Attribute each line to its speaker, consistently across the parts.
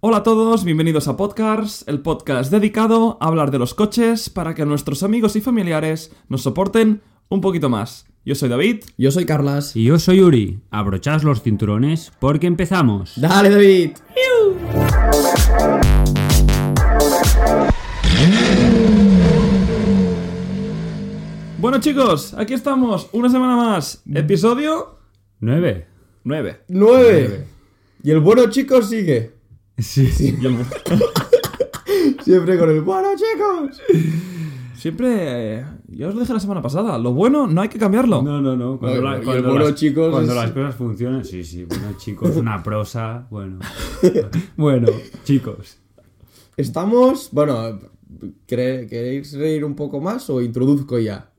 Speaker 1: Hola a todos, bienvenidos a Podcast, el podcast dedicado a hablar de los coches para que nuestros amigos y familiares nos soporten un poquito más. Yo soy David.
Speaker 2: Yo soy Carlas.
Speaker 3: Y yo soy Uri. Abrochad los cinturones porque empezamos.
Speaker 2: Dale, David.
Speaker 1: Bueno chicos, aquí estamos, una semana más, episodio
Speaker 3: ¿Nueve?
Speaker 1: 9.
Speaker 2: 9. Y el bueno chico sigue.
Speaker 3: Sí, sí.
Speaker 2: Siempre con el bueno chicos.
Speaker 1: Siempre, eh, yo os lo dije la semana pasada, lo bueno no hay que cambiarlo.
Speaker 3: No, no, no. Cuando,
Speaker 2: No,
Speaker 3: la-
Speaker 2: y el
Speaker 3: cuando
Speaker 2: bueno,
Speaker 3: las,
Speaker 2: chicos,
Speaker 3: cuando
Speaker 2: es-
Speaker 3: las cosas funcionan, sí, sí. Bueno, chicos, una prosa. Bueno. bueno, chicos.
Speaker 2: Estamos. Bueno, ¿quere- ¿queréis reír un poco más o introduzco ya?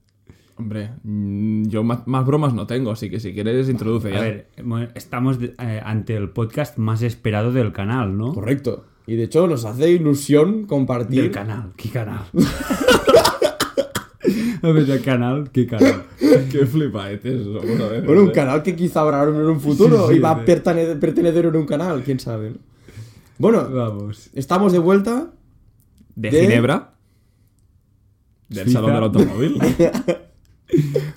Speaker 1: Hombre, mm, yo más, más bromas no tengo, así que si quieres introduce
Speaker 3: A
Speaker 1: ya.
Speaker 3: ver, bueno, estamos de- eh, ante el podcast más esperado del canal, ¿no?
Speaker 2: Correcto. Y de hecho, nos hace ilusión compartir.
Speaker 3: Del canal. ¿Qué canal? A ver, del canal, ¿qué canal?
Speaker 1: Qué flipaete eso, bueno, a ver,
Speaker 2: Bueno, un
Speaker 1: eh.
Speaker 2: canal que quizá habrá en un futuro
Speaker 3: Sí, sí,
Speaker 2: y va
Speaker 3: sí.
Speaker 2: a pertene- pertenecer en un canal, quién sabe. ¿no? Bueno,
Speaker 3: Vamos.
Speaker 2: estamos de vuelta.
Speaker 1: de
Speaker 2: de-
Speaker 1: Ginebra, del
Speaker 3: Suiza.
Speaker 1: salón del automóvil.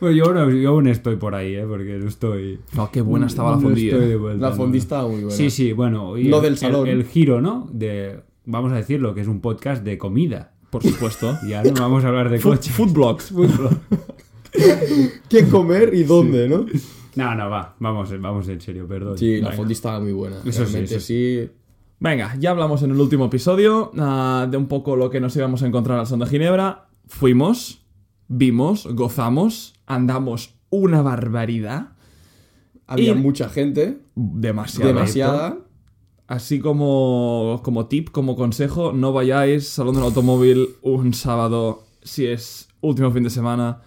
Speaker 3: Pues yo, aún- yo aún estoy por ahí, ¿eh? Porque no estoy...
Speaker 1: No, qué buena estaba la eh.
Speaker 3: no
Speaker 1: fondilla.
Speaker 3: estoy de vuelta,
Speaker 2: La
Speaker 3: no.
Speaker 2: fondista muy buena.
Speaker 3: Sí, sí, bueno. y
Speaker 2: Lo
Speaker 3: el-
Speaker 2: del
Speaker 3: el-
Speaker 2: salón.
Speaker 3: El, giro, ¿no? De, vamos a decirlo, que es un podcast de comida.
Speaker 1: Por supuesto.
Speaker 3: Ya no vamos a hablar de
Speaker 1: Food,
Speaker 3: coches.
Speaker 1: food blogs.
Speaker 2: ¿Qué comer y dónde, no?
Speaker 3: No, no, va. Vamos, vamos en serio, perdón.
Speaker 2: Sí, la
Speaker 3: Venga.
Speaker 2: fondista estaba muy buena.
Speaker 3: Eso sí,
Speaker 2: Realmente
Speaker 3: eso
Speaker 2: sí.
Speaker 1: Venga, ya hablamos en el último episodio ah, de un poco lo que nos íbamos a encontrar al Son de Ginebra. Fuimos, vimos, gozamos, andamos una barbaridad.
Speaker 2: Había
Speaker 1: Y-
Speaker 2: mucha gente,
Speaker 1: Demasiado.
Speaker 2: demasiada.
Speaker 1: Así como, como tip, como consejo, no vayáis salón del automóvil un sábado si es último fin de semana.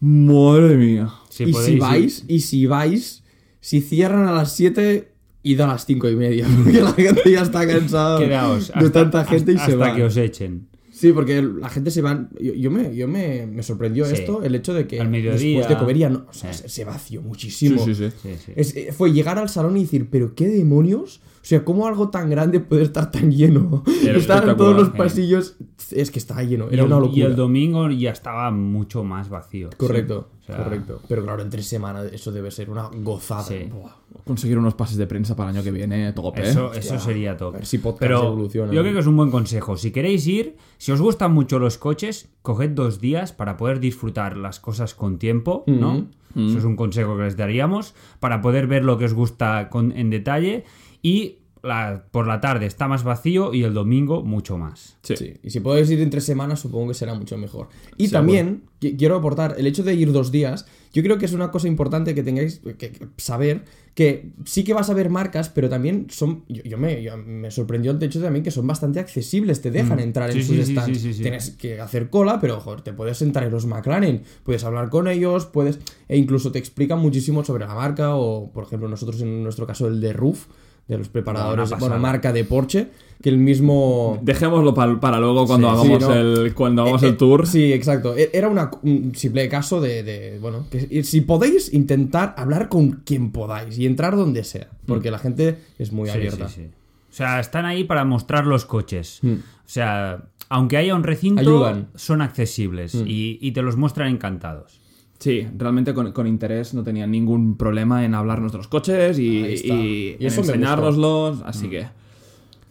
Speaker 1: Madre mía.
Speaker 3: Si
Speaker 2: y
Speaker 3: podéis
Speaker 2: si
Speaker 3: ir-
Speaker 2: vais, y si vais, si cierran a las 7, id a las 5 y media. Porque la gente ya está cansada
Speaker 3: quedaos.
Speaker 2: de
Speaker 3: hasta-
Speaker 2: tanta gente
Speaker 3: hasta-
Speaker 2: y se
Speaker 3: hasta
Speaker 2: va.
Speaker 3: que os echen.
Speaker 2: Sí, porque la gente se va. Yo, yo me, yo me, me sorprendió
Speaker 3: Sí.
Speaker 2: esto, el hecho de que
Speaker 3: Al mediodía.
Speaker 2: después de comer ya no. O sea,
Speaker 3: Sí.
Speaker 2: se, se vació
Speaker 1: Sí,
Speaker 2: muchísimo.
Speaker 1: sí, sí.
Speaker 3: Sí, sí.
Speaker 2: Es- eh, fue llegar al salón y decir, ¿pero qué demonios? O sea, ¿cómo algo tan grande puede estar tan lleno?
Speaker 1: Era
Speaker 2: Estaban
Speaker 1: espectacular,
Speaker 2: todos los
Speaker 3: eh.
Speaker 2: pasillos. Es que estaba lleno, era
Speaker 3: y, el,
Speaker 2: una locura.
Speaker 3: y el domingo ya estaba mucho más vacío.
Speaker 2: Correcto,
Speaker 3: Sí, o sea-
Speaker 2: correcto. Pero claro, en tres semanas eso debe ser una gozada.
Speaker 3: Sí.
Speaker 2: Buah.
Speaker 1: Conseguir unos pases de prensa para el año que viene, tope. ¿eh?
Speaker 3: Eso,
Speaker 2: Hostia.
Speaker 3: eso sería top.
Speaker 2: A ver si podcast
Speaker 3: Pero
Speaker 2: evoluciona.
Speaker 3: yo creo que es un buen consejo. Si queréis ir, si os gustan mucho los coches, coged dos días para poder disfrutar las cosas con tiempo, ¿no?
Speaker 2: Mm-hmm.
Speaker 3: Eso es un consejo que les daríamos para poder ver lo que os gusta con- en detalle y la- por la tarde está más vacío y el domingo mucho más.
Speaker 1: Sí.
Speaker 2: Sí, Y si podéis ir en tres semanas, supongo que será mucho mejor. Y también qui- quiero aportar el hecho de ir dos días. Yo creo que es una cosa importante que tengáis que que saber que sí que vas a ver marcas, pero también son. Yo, yo me, yo- me sorprendió el hecho también que son bastante accesibles. Te dejan entrar
Speaker 3: Mm. Sí,
Speaker 2: en
Speaker 3: sí,
Speaker 2: sus
Speaker 3: sí,
Speaker 2: stands.
Speaker 3: sí, sí, sí.
Speaker 2: Tienes que hacer cola, pero joder, te puedes sentar en los McLaren, puedes hablar con ellos, puedes. E incluso te explican muchísimo sobre la marca o, por ejemplo, nosotros en nuestro caso el de Roof, de los preparadores,
Speaker 3: pasada.
Speaker 2: bueno, marca de Porsche, que el mismo.
Speaker 1: Dejémoslo pa- para luego cuando
Speaker 2: Sí,
Speaker 1: hagamos
Speaker 2: sí, ¿no?
Speaker 1: el cuando hagamos
Speaker 2: Eh, eh,
Speaker 1: el tour.
Speaker 2: Sí, exacto. E- Era una- un simple caso de, de, bueno, que si- si podéis intentar hablar con quien podáis y entrar donde sea, porque la gente es muy
Speaker 3: Sí,
Speaker 2: abierta. Mm.
Speaker 3: sí, sí. O sea, están ahí para mostrar los coches. O sea, aunque haya un recinto,
Speaker 2: Ayudan. Mm.
Speaker 3: son accesibles y, y te los muestran encantados.
Speaker 1: Sí, realmente con, con interés no tenían ningún problema en hablar nuestros coches y,
Speaker 2: Ahí está.
Speaker 1: y
Speaker 2: Y
Speaker 1: en
Speaker 2: eso me
Speaker 3: Mm.
Speaker 1: enseñárnoslos, así que...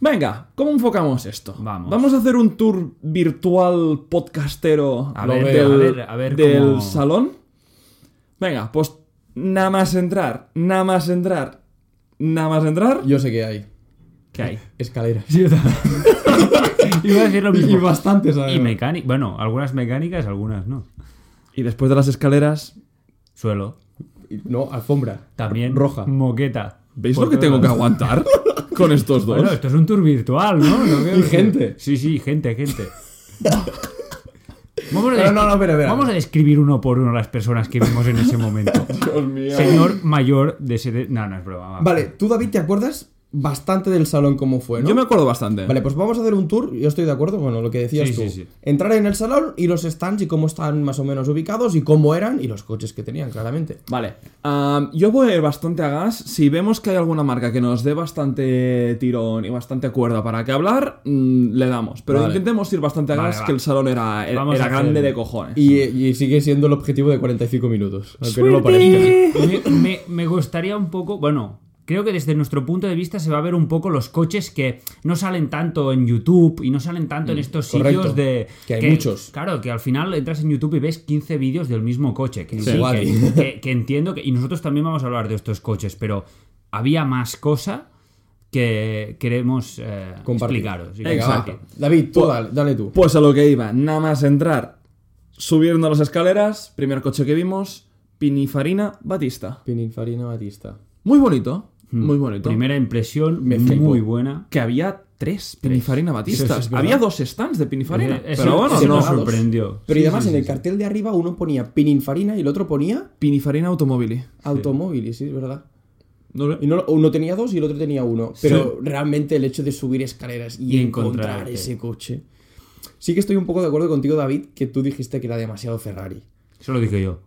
Speaker 1: Venga, ¿cómo enfocamos esto?
Speaker 3: Vamos.
Speaker 1: a hacer un tour virtual podcastero
Speaker 3: A
Speaker 1: lo
Speaker 3: ver,
Speaker 1: del,
Speaker 3: a ver, a ver
Speaker 1: del
Speaker 3: cómo-
Speaker 1: salón. Venga, pues nada más entrar, nada más entrar, nada más entrar.
Speaker 2: Yo sé que hay
Speaker 1: ¿Qué hay?
Speaker 2: escaleras.
Speaker 3: Iba a decir lo
Speaker 2: Y
Speaker 3: mismo.
Speaker 2: bastantes,
Speaker 3: Y
Speaker 2: además.
Speaker 3: mecánica, bueno, algunas mecánicas, algunas no.
Speaker 1: Y después de las escaleras,
Speaker 3: Suelo,
Speaker 2: Y- No, alfombra.
Speaker 3: también.
Speaker 2: Roja.
Speaker 3: Moqueta.
Speaker 1: ¿veis
Speaker 3: Por
Speaker 1: lo que
Speaker 3: todas
Speaker 1: tengo que
Speaker 3: las-
Speaker 1: aguantar con estos dos?
Speaker 3: Bueno, esto es un tour virtual, ¿no? No creo
Speaker 2: Y
Speaker 3: que-
Speaker 2: gente.
Speaker 3: Sí, sí, gente, gente. Vamos a,
Speaker 2: Pero
Speaker 3: des-
Speaker 2: no, no, espera, espera.
Speaker 3: vamos a describir uno por uno las personas que vimos en ese momento.
Speaker 1: Dios mío.
Speaker 3: Señor mayor de sede... No, no es broma. va.
Speaker 2: Vale, tú, David, ¿te acuerdas bastante del salón como fue, ¿no?
Speaker 1: Yo me acuerdo bastante.
Speaker 2: Vale, pues vamos a hacer un tour, yo estoy de acuerdo con lo que decías
Speaker 3: Sí,
Speaker 2: tú.
Speaker 3: sí, sí.
Speaker 2: Entrar en el salón y los stands y cómo están más o menos ubicados y cómo eran y los coches que tenían, claramente.
Speaker 1: Vale. Am, yo voy a ir bastante a gas. Si vemos que hay alguna marca que nos dé bastante tirón y bastante cuerda para que hablar, mm, le damos. Pero
Speaker 2: Vale.
Speaker 1: intentemos ir bastante a
Speaker 3: Vale,
Speaker 1: gas,
Speaker 3: va.
Speaker 1: que el salón era, era,
Speaker 3: Vamos a
Speaker 1: era
Speaker 3: hacer-
Speaker 1: grande de cojones.
Speaker 2: Y, y sigue siendo el objetivo de 45 minutos, aunque no lo parezca.
Speaker 3: me, me- me gustaría un poco, bueno, creo que desde nuestro punto de vista se va a ver un poco los coches que no salen tanto en YouTube y no salen tanto en estos
Speaker 2: Mm, correcto.
Speaker 3: sitios de...
Speaker 2: Que hay muchos.
Speaker 3: Claro, que al final entras en YouTube y ves 15 vídeos del mismo coche. Que, sí,
Speaker 2: Igual.
Speaker 3: que, que- que entiendo que... Y nosotros también vamos a hablar de estos coches, pero había más cosa que queremos eh,
Speaker 2: Compartir.
Speaker 3: explicaros. y
Speaker 2: Venga, va.
Speaker 3: compartir.
Speaker 2: David, tú dale, dale tú.
Speaker 1: Pues a lo que iba, nada más entrar, subiendo las escaleras, primer coche que vimos, Pinifarina Batista.
Speaker 2: Pininfarina Batista.
Speaker 1: Muy bonito,
Speaker 3: Hmm.
Speaker 1: muy bonito.
Speaker 3: Mm, Primera impresión,
Speaker 2: Me
Speaker 3: muy
Speaker 2: flipó.
Speaker 3: buena.
Speaker 1: Que había tres Pinifarina Batistas.
Speaker 2: es verdad.
Speaker 1: había dos stands de Pinifarina.
Speaker 3: Eh, eso-
Speaker 1: pero bueno,
Speaker 3: eso
Speaker 1: no.
Speaker 3: nos sorprendió.
Speaker 2: Pero
Speaker 3: Sí,
Speaker 2: y además
Speaker 3: sí,
Speaker 2: en
Speaker 3: sí,
Speaker 2: el
Speaker 3: sí.
Speaker 2: cartel de arriba uno ponía Pininfarina y el otro ponía
Speaker 1: Pinifarina Automobili.
Speaker 2: automóviles, sí, es verdad.
Speaker 1: No sé.
Speaker 2: Y no- uno tenía dos y el otro tenía uno. Pero realmente el hecho de subir escaleras y,
Speaker 3: Y
Speaker 2: encontrar
Speaker 3: encontrarte.
Speaker 2: ese coche. Sí que estoy un poco de acuerdo contigo, David, que tú dijiste que era demasiado Ferrari.
Speaker 3: Eso lo dije yo.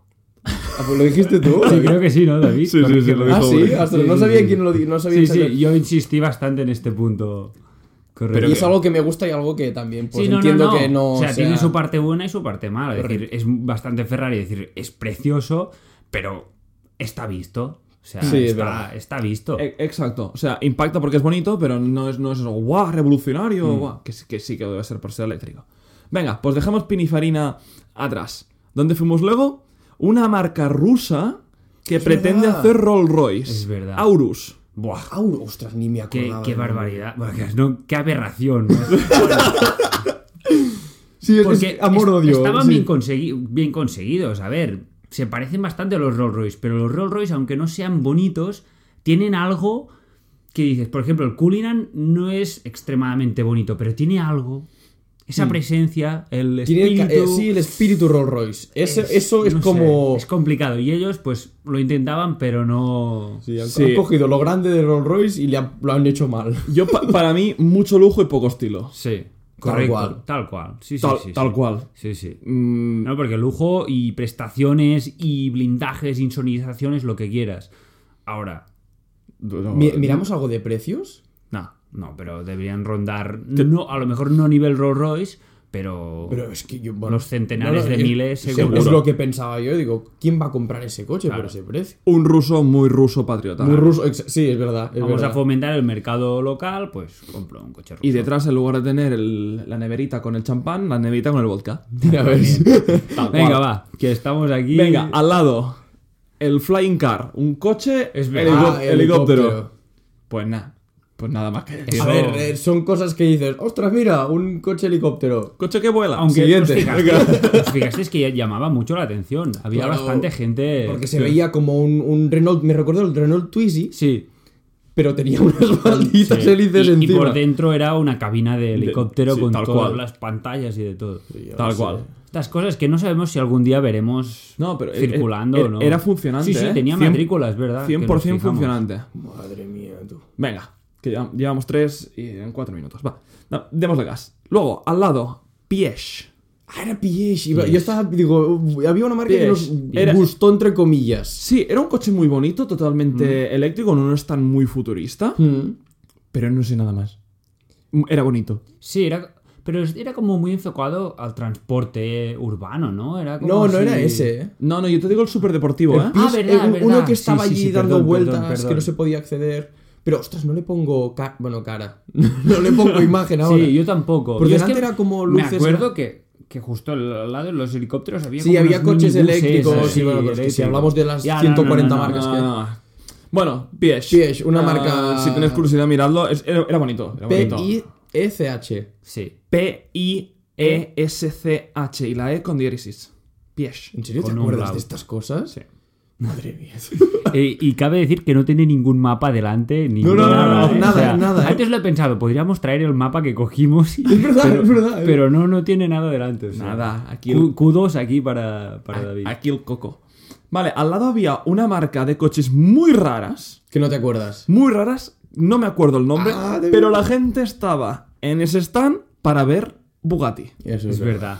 Speaker 2: Ah, pues lo dijiste tú.
Speaker 3: Sí,
Speaker 2: David.
Speaker 3: creo que sí, ¿no, David?
Speaker 1: Sí, sí, sí,
Speaker 3: Corrígeme.
Speaker 1: lo dijo.
Speaker 2: ah, sí, hasta
Speaker 3: Sí,
Speaker 2: no
Speaker 3: sí,
Speaker 2: sabía
Speaker 3: sí.
Speaker 2: quién lo dijo. No sabía
Speaker 3: Sí,
Speaker 2: exactamente.
Speaker 3: sí, yo insistí bastante en este punto. Correcto.
Speaker 2: y es algo que me gusta y algo que también pues,
Speaker 3: Sí, no, no,
Speaker 2: entiendo
Speaker 3: no.
Speaker 2: que no.
Speaker 3: O sea,
Speaker 2: sea-
Speaker 3: tiene su parte buena y su parte mala. Es decir, es bastante Ferrari, es decir, es precioso, pero está visto. O sea,
Speaker 2: Sí, es
Speaker 3: está,
Speaker 2: verdad. Eh,
Speaker 3: está visto.
Speaker 1: E- Exacto, o sea, impacta porque es bonito, pero no es, no es eso, guau, revolucionario,
Speaker 3: Mm.
Speaker 1: guau, que, sí- que sí que debe ser por ser eléctrico. Venga, pues dejamos Pinifarina atrás. ¿Dónde fuimos luego? Una marca rusa que
Speaker 2: Es
Speaker 1: pretende
Speaker 2: verdad.
Speaker 1: hacer Rolls Royce.
Speaker 3: Es verdad.
Speaker 1: Aurus.
Speaker 3: Buah,
Speaker 2: Auro, ostras, ni me
Speaker 3: qué,
Speaker 2: acordaba.
Speaker 3: qué
Speaker 2: del nombre.
Speaker 3: barbaridad. Buah, qué, no, qué aberración. ¿no?
Speaker 2: Sí, es,
Speaker 3: Porque
Speaker 2: es amor-odio.
Speaker 3: es- Estaban
Speaker 2: sí.
Speaker 3: bien, consegui- bien conseguidos. A ver, se parecen bastante a los Rolls Royce, pero los Rolls Royce, aunque no sean bonitos, tienen algo que dices. Por ejemplo, el Cullinan no es extremadamente bonito, pero tiene algo. Esa presencia, el
Speaker 2: Mm. Tiene el ca-
Speaker 3: espíritu.
Speaker 2: eh, sí, el espíritu Rolls Royce. Ese- eso es
Speaker 3: no sé,
Speaker 2: como.
Speaker 3: es complicado. Y ellos, pues, lo intentaban, pero no.
Speaker 2: Sí, han,
Speaker 1: Sí.
Speaker 2: han cogido lo grande de Rolls Royce y le han- lo han hecho mal.
Speaker 1: Yo, pa- para mí, mucho lujo y poco estilo.
Speaker 3: Sí,
Speaker 2: Tal
Speaker 3: correcto.
Speaker 2: cual.
Speaker 3: Tal cual. Sí, sí,
Speaker 1: Tal,
Speaker 3: sí, sí.
Speaker 1: tal cual.
Speaker 3: Sí, sí.
Speaker 1: Mm,
Speaker 3: No, porque lujo y prestaciones y blindajes, insonizaciones, lo que quieras. Ahora,
Speaker 1: no,
Speaker 2: Mi- ¿Miramos algo de precios?
Speaker 3: no, no, pero deberían rondar. No, a lo mejor no a nivel Rolls Royce, pero.
Speaker 2: Pero es que yo. bueno,
Speaker 3: Los centenares
Speaker 2: no, no,
Speaker 3: de
Speaker 2: es-
Speaker 3: miles,
Speaker 2: es-
Speaker 3: seguro.
Speaker 2: Es lo que pensaba yo. Digo, ¿quién va a comprar ese coche por ese precio?
Speaker 1: Un ruso muy ruso patriota.
Speaker 2: Muy ruso. ex- Sí, es verdad. es
Speaker 3: Vamos
Speaker 2: verdad.
Speaker 3: a fomentar el mercado local, pues compro un coche ruso.
Speaker 1: y detrás, en lugar de tener el- la neverita con el champán, la neverita con el vodka.
Speaker 2: Ya ves.
Speaker 1: Tal
Speaker 3: Venga,
Speaker 1: cual.
Speaker 3: va, que estamos aquí.
Speaker 1: Venga, al lado. El flying car, un coche,
Speaker 3: Es
Speaker 1: helico-
Speaker 3: verdad.
Speaker 2: Ah,
Speaker 1: helicóptero.
Speaker 2: helicóptero.
Speaker 1: Pues nada, pues nada más que decir.
Speaker 3: Eso-
Speaker 2: A ver, eh, son cosas que dices, ostras, mira, un coche helicóptero.
Speaker 1: Coche que vuela.
Speaker 3: Aunque
Speaker 2: Siguiente.
Speaker 3: os fijasteis, os fijasteis que ya llamaba mucho la atención. Había
Speaker 2: Claro,
Speaker 3: bastante gente.
Speaker 2: Porque se veía como un, un Renault, me recuerdo el Renault Twizy,
Speaker 3: Sí.
Speaker 2: pero tenía unas malditas
Speaker 3: sí.
Speaker 2: hélices
Speaker 3: y, y
Speaker 2: encima.
Speaker 3: por dentro era una cabina de helicóptero
Speaker 1: sí,
Speaker 3: con
Speaker 1: tal
Speaker 3: todas
Speaker 1: cual.
Speaker 3: las pantallas y de todo.
Speaker 1: Tal cual.
Speaker 3: Estas cosas que no sabemos si algún día veremos
Speaker 1: No, pero
Speaker 2: e-
Speaker 1: er-
Speaker 3: circulando
Speaker 1: er-
Speaker 3: o no.
Speaker 1: era funcionante,
Speaker 3: Sí, sí,
Speaker 1: ¿eh?
Speaker 3: tenía
Speaker 1: 100
Speaker 3: matrícula, es verdad. que nos
Speaker 1: 100%
Speaker 3: fijamos.
Speaker 1: funcionante.
Speaker 2: Madre mía, tú.
Speaker 1: Venga, que ya- llevamos tres y en cuatro minutos. Va, no, démosle gas. Luego, al lado, Piesh.
Speaker 2: Ah, era Piège. iba- Yo estaba, digo, uh, había una marca que
Speaker 1: Piège.
Speaker 2: nos
Speaker 1: Era-
Speaker 2: gustó, entre comillas.
Speaker 1: Sí, era un coche muy bonito, totalmente eléctrico, no es tan muy futurista,
Speaker 3: Hmm.
Speaker 2: Mm.
Speaker 1: pero no sé nada más. Mm, Era bonito.
Speaker 3: Sí, era. Pero es- era como muy enfocado al transporte urbano, ¿no? Era como
Speaker 2: No, no
Speaker 3: si-
Speaker 2: era ese, ¿eh?
Speaker 1: No, no, yo te digo el superdeportivo, ¿eh?
Speaker 3: Ah,
Speaker 2: Piège,
Speaker 3: verdad,
Speaker 2: eh, un- Uno
Speaker 3: verdad.
Speaker 2: que estaba
Speaker 3: Sí, sí,
Speaker 2: allí
Speaker 3: sí,
Speaker 2: dando
Speaker 3: perdón,
Speaker 2: vueltas,
Speaker 3: perdón, perdón.
Speaker 2: que no se podía acceder. Pero, ostras, no le pongo... ca- bueno, cara. no le pongo imagen ahora.
Speaker 3: Sí, yo tampoco.
Speaker 2: Porque
Speaker 3: Yo es
Speaker 2: delante
Speaker 3: que
Speaker 2: era como
Speaker 3: Me
Speaker 2: luces-
Speaker 3: acuerdo que, que justo al lado de los helicópteros había
Speaker 2: Sí,
Speaker 3: como
Speaker 2: había
Speaker 3: unos
Speaker 2: coches
Speaker 3: minibuses,
Speaker 2: eléctricos,
Speaker 3: así,
Speaker 2: sí, bueno, pero es que si
Speaker 3: eléctricos.
Speaker 2: hablamos de las
Speaker 3: Ya, no, no,
Speaker 2: 140
Speaker 3: no, no,
Speaker 2: marcas
Speaker 1: No,
Speaker 2: que-
Speaker 1: no, no. Ah. Bueno, Piesh.
Speaker 2: Piesh, E una
Speaker 1: Ah,
Speaker 2: marca- E
Speaker 1: Si tenéis curiosidad, miradlo. Es- era, era bonito. Era bonito.
Speaker 2: P-I-E-C-H.
Speaker 3: Sí.
Speaker 1: E P-I-E-S-C-H y la E con diéresis. E Piesh.
Speaker 2: ¿En serio te
Speaker 3: Con un
Speaker 2: acuerdas
Speaker 3: rabo.
Speaker 2: de estas cosas? Madre mía.
Speaker 3: Eh, y cabe decir que no tiene ningún mapa delante. Ni
Speaker 2: No, no, no,
Speaker 3: nada,
Speaker 2: no,
Speaker 3: ¿eh?
Speaker 2: nada, nada, ¿eh?
Speaker 3: Antes lo he pensado, podríamos traer el mapa que cogimos. y-
Speaker 2: Es verdad,
Speaker 3: pero,
Speaker 2: es verdad, ¿eh?
Speaker 3: Pero no, no tiene nada delante. o sea.
Speaker 1: Nada, aquí
Speaker 3: Q- Ah,
Speaker 1: el,
Speaker 3: Q2 aquí para, para David.
Speaker 1: aquí el coco. Vale, al lado había una marca de coches muy raras.
Speaker 2: que no te acuerdas.
Speaker 1: Muy raras No me acuerdo el nombre,
Speaker 2: Ah, de
Speaker 1: pero la gente estaba en ese stand para ver Bugatti.
Speaker 2: Eso
Speaker 3: Es verdad.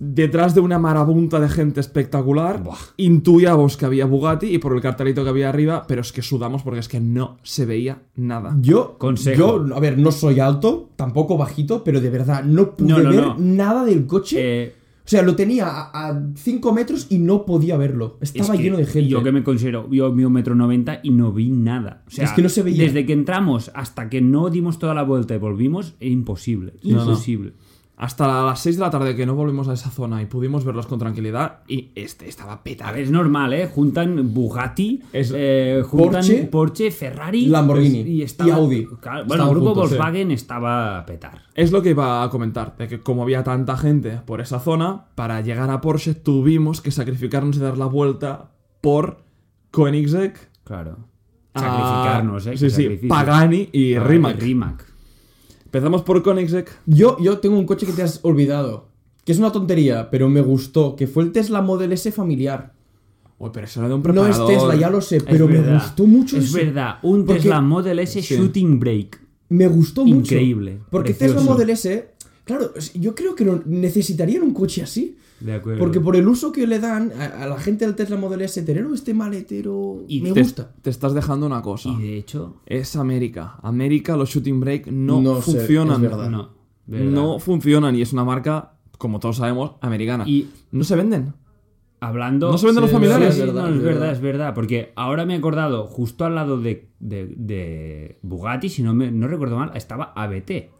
Speaker 1: Detrás de una marabunta de gente espectacular, intuíamos que había Bugatti y por el cartelito que había arriba, pero es que sudamos porque es que no se veía nada.
Speaker 2: Yo,
Speaker 3: Consejo.
Speaker 2: yo, a ver, no soy alto, tampoco bajito, pero de verdad no pude
Speaker 3: No, no,
Speaker 2: ver
Speaker 3: no.
Speaker 2: nada del coche.
Speaker 3: Eh,
Speaker 2: o sea, lo tenía a 5 metros y no podía verlo. Estaba
Speaker 3: es que
Speaker 2: lleno de gente.
Speaker 3: Yo que me considero, yo mido metro noventa y no vi nada. O sea,
Speaker 2: Es que no se veía.
Speaker 3: Desde que entramos hasta que no dimos toda la vuelta y volvimos, es imposible.
Speaker 1: no.
Speaker 3: imposible.
Speaker 1: Hasta las 6 de la tarde que no volvimos a esa zona y pudimos verlos con tranquilidad y este estaba
Speaker 3: A
Speaker 1: petado.
Speaker 3: ver, es normal, ¿eh? Juntan Bugatti,
Speaker 1: Es-
Speaker 3: eh, juntan
Speaker 2: Porsche,
Speaker 3: Porsche, Ferrari, pues,
Speaker 2: Lamborghini
Speaker 3: y, estaba-
Speaker 2: y Audi.
Speaker 3: Claro, bueno,
Speaker 2: Estaban
Speaker 3: el grupo
Speaker 2: juntos, sí.
Speaker 3: Volkswagen estaba a petar.
Speaker 1: Es lo que iba a comentar, de que como había tanta gente por esa zona, para llegar a Porsche tuvimos que sacrificarnos y dar la vuelta por Koenigsegg,
Speaker 3: Claro.
Speaker 1: a-
Speaker 3: Sacrificarnos, ¿eh?
Speaker 1: Ah, Sí,
Speaker 3: Que
Speaker 1: sí,
Speaker 3: sacrificio.
Speaker 1: Pagani y
Speaker 3: Ah,
Speaker 1: Rimac.
Speaker 3: Rimac.
Speaker 1: Empezamos por Koenigsegg.
Speaker 2: Yo, yo tengo un coche que te has olvidado. Que es una tontería, pero me gustó. Que fue el Tesla Model S familiar.
Speaker 1: Uy, pero eso era de un
Speaker 2: No
Speaker 1: preparador.
Speaker 2: es Tesla, ya lo sé,
Speaker 3: Es
Speaker 2: pero me
Speaker 3: verdad.
Speaker 2: gustó mucho
Speaker 3: Es
Speaker 2: eso.
Speaker 3: verdad, un
Speaker 2: Porque
Speaker 3: Tesla Model S Shooting Brake.
Speaker 2: Me gustó mucho.
Speaker 3: Increíble,
Speaker 2: Porque Tesla
Speaker 3: precioso.
Speaker 2: Model S, claro, yo creo que no- necesitarían un coche así.
Speaker 3: De acuerdo.
Speaker 2: Porque por el uso que le dan a, a la gente del Tesla Model S, tener este maletero
Speaker 3: Y
Speaker 2: me
Speaker 1: Te-
Speaker 2: gusta.
Speaker 1: Te estás dejando una cosa.
Speaker 3: Y de hecho,
Speaker 1: Es América. América, los shooting break no,
Speaker 2: No sé,
Speaker 1: funcionan.
Speaker 2: es verdad.
Speaker 3: no. ¿verdad?
Speaker 1: no funcionan y es una marca, como todos sabemos, americana.
Speaker 3: Y-
Speaker 1: no se venden.
Speaker 3: Hablando.
Speaker 1: No se venden los
Speaker 3: Sí,
Speaker 1: familiares.
Speaker 3: sí,
Speaker 2: Es verdad,
Speaker 3: no, es
Speaker 2: es
Speaker 3: verdad,
Speaker 2: verdad.
Speaker 3: es verdad. Porque ahora me he acordado, justo al lado de, de- de Bugatti, si no, me, no recuerdo mal, estaba ABT.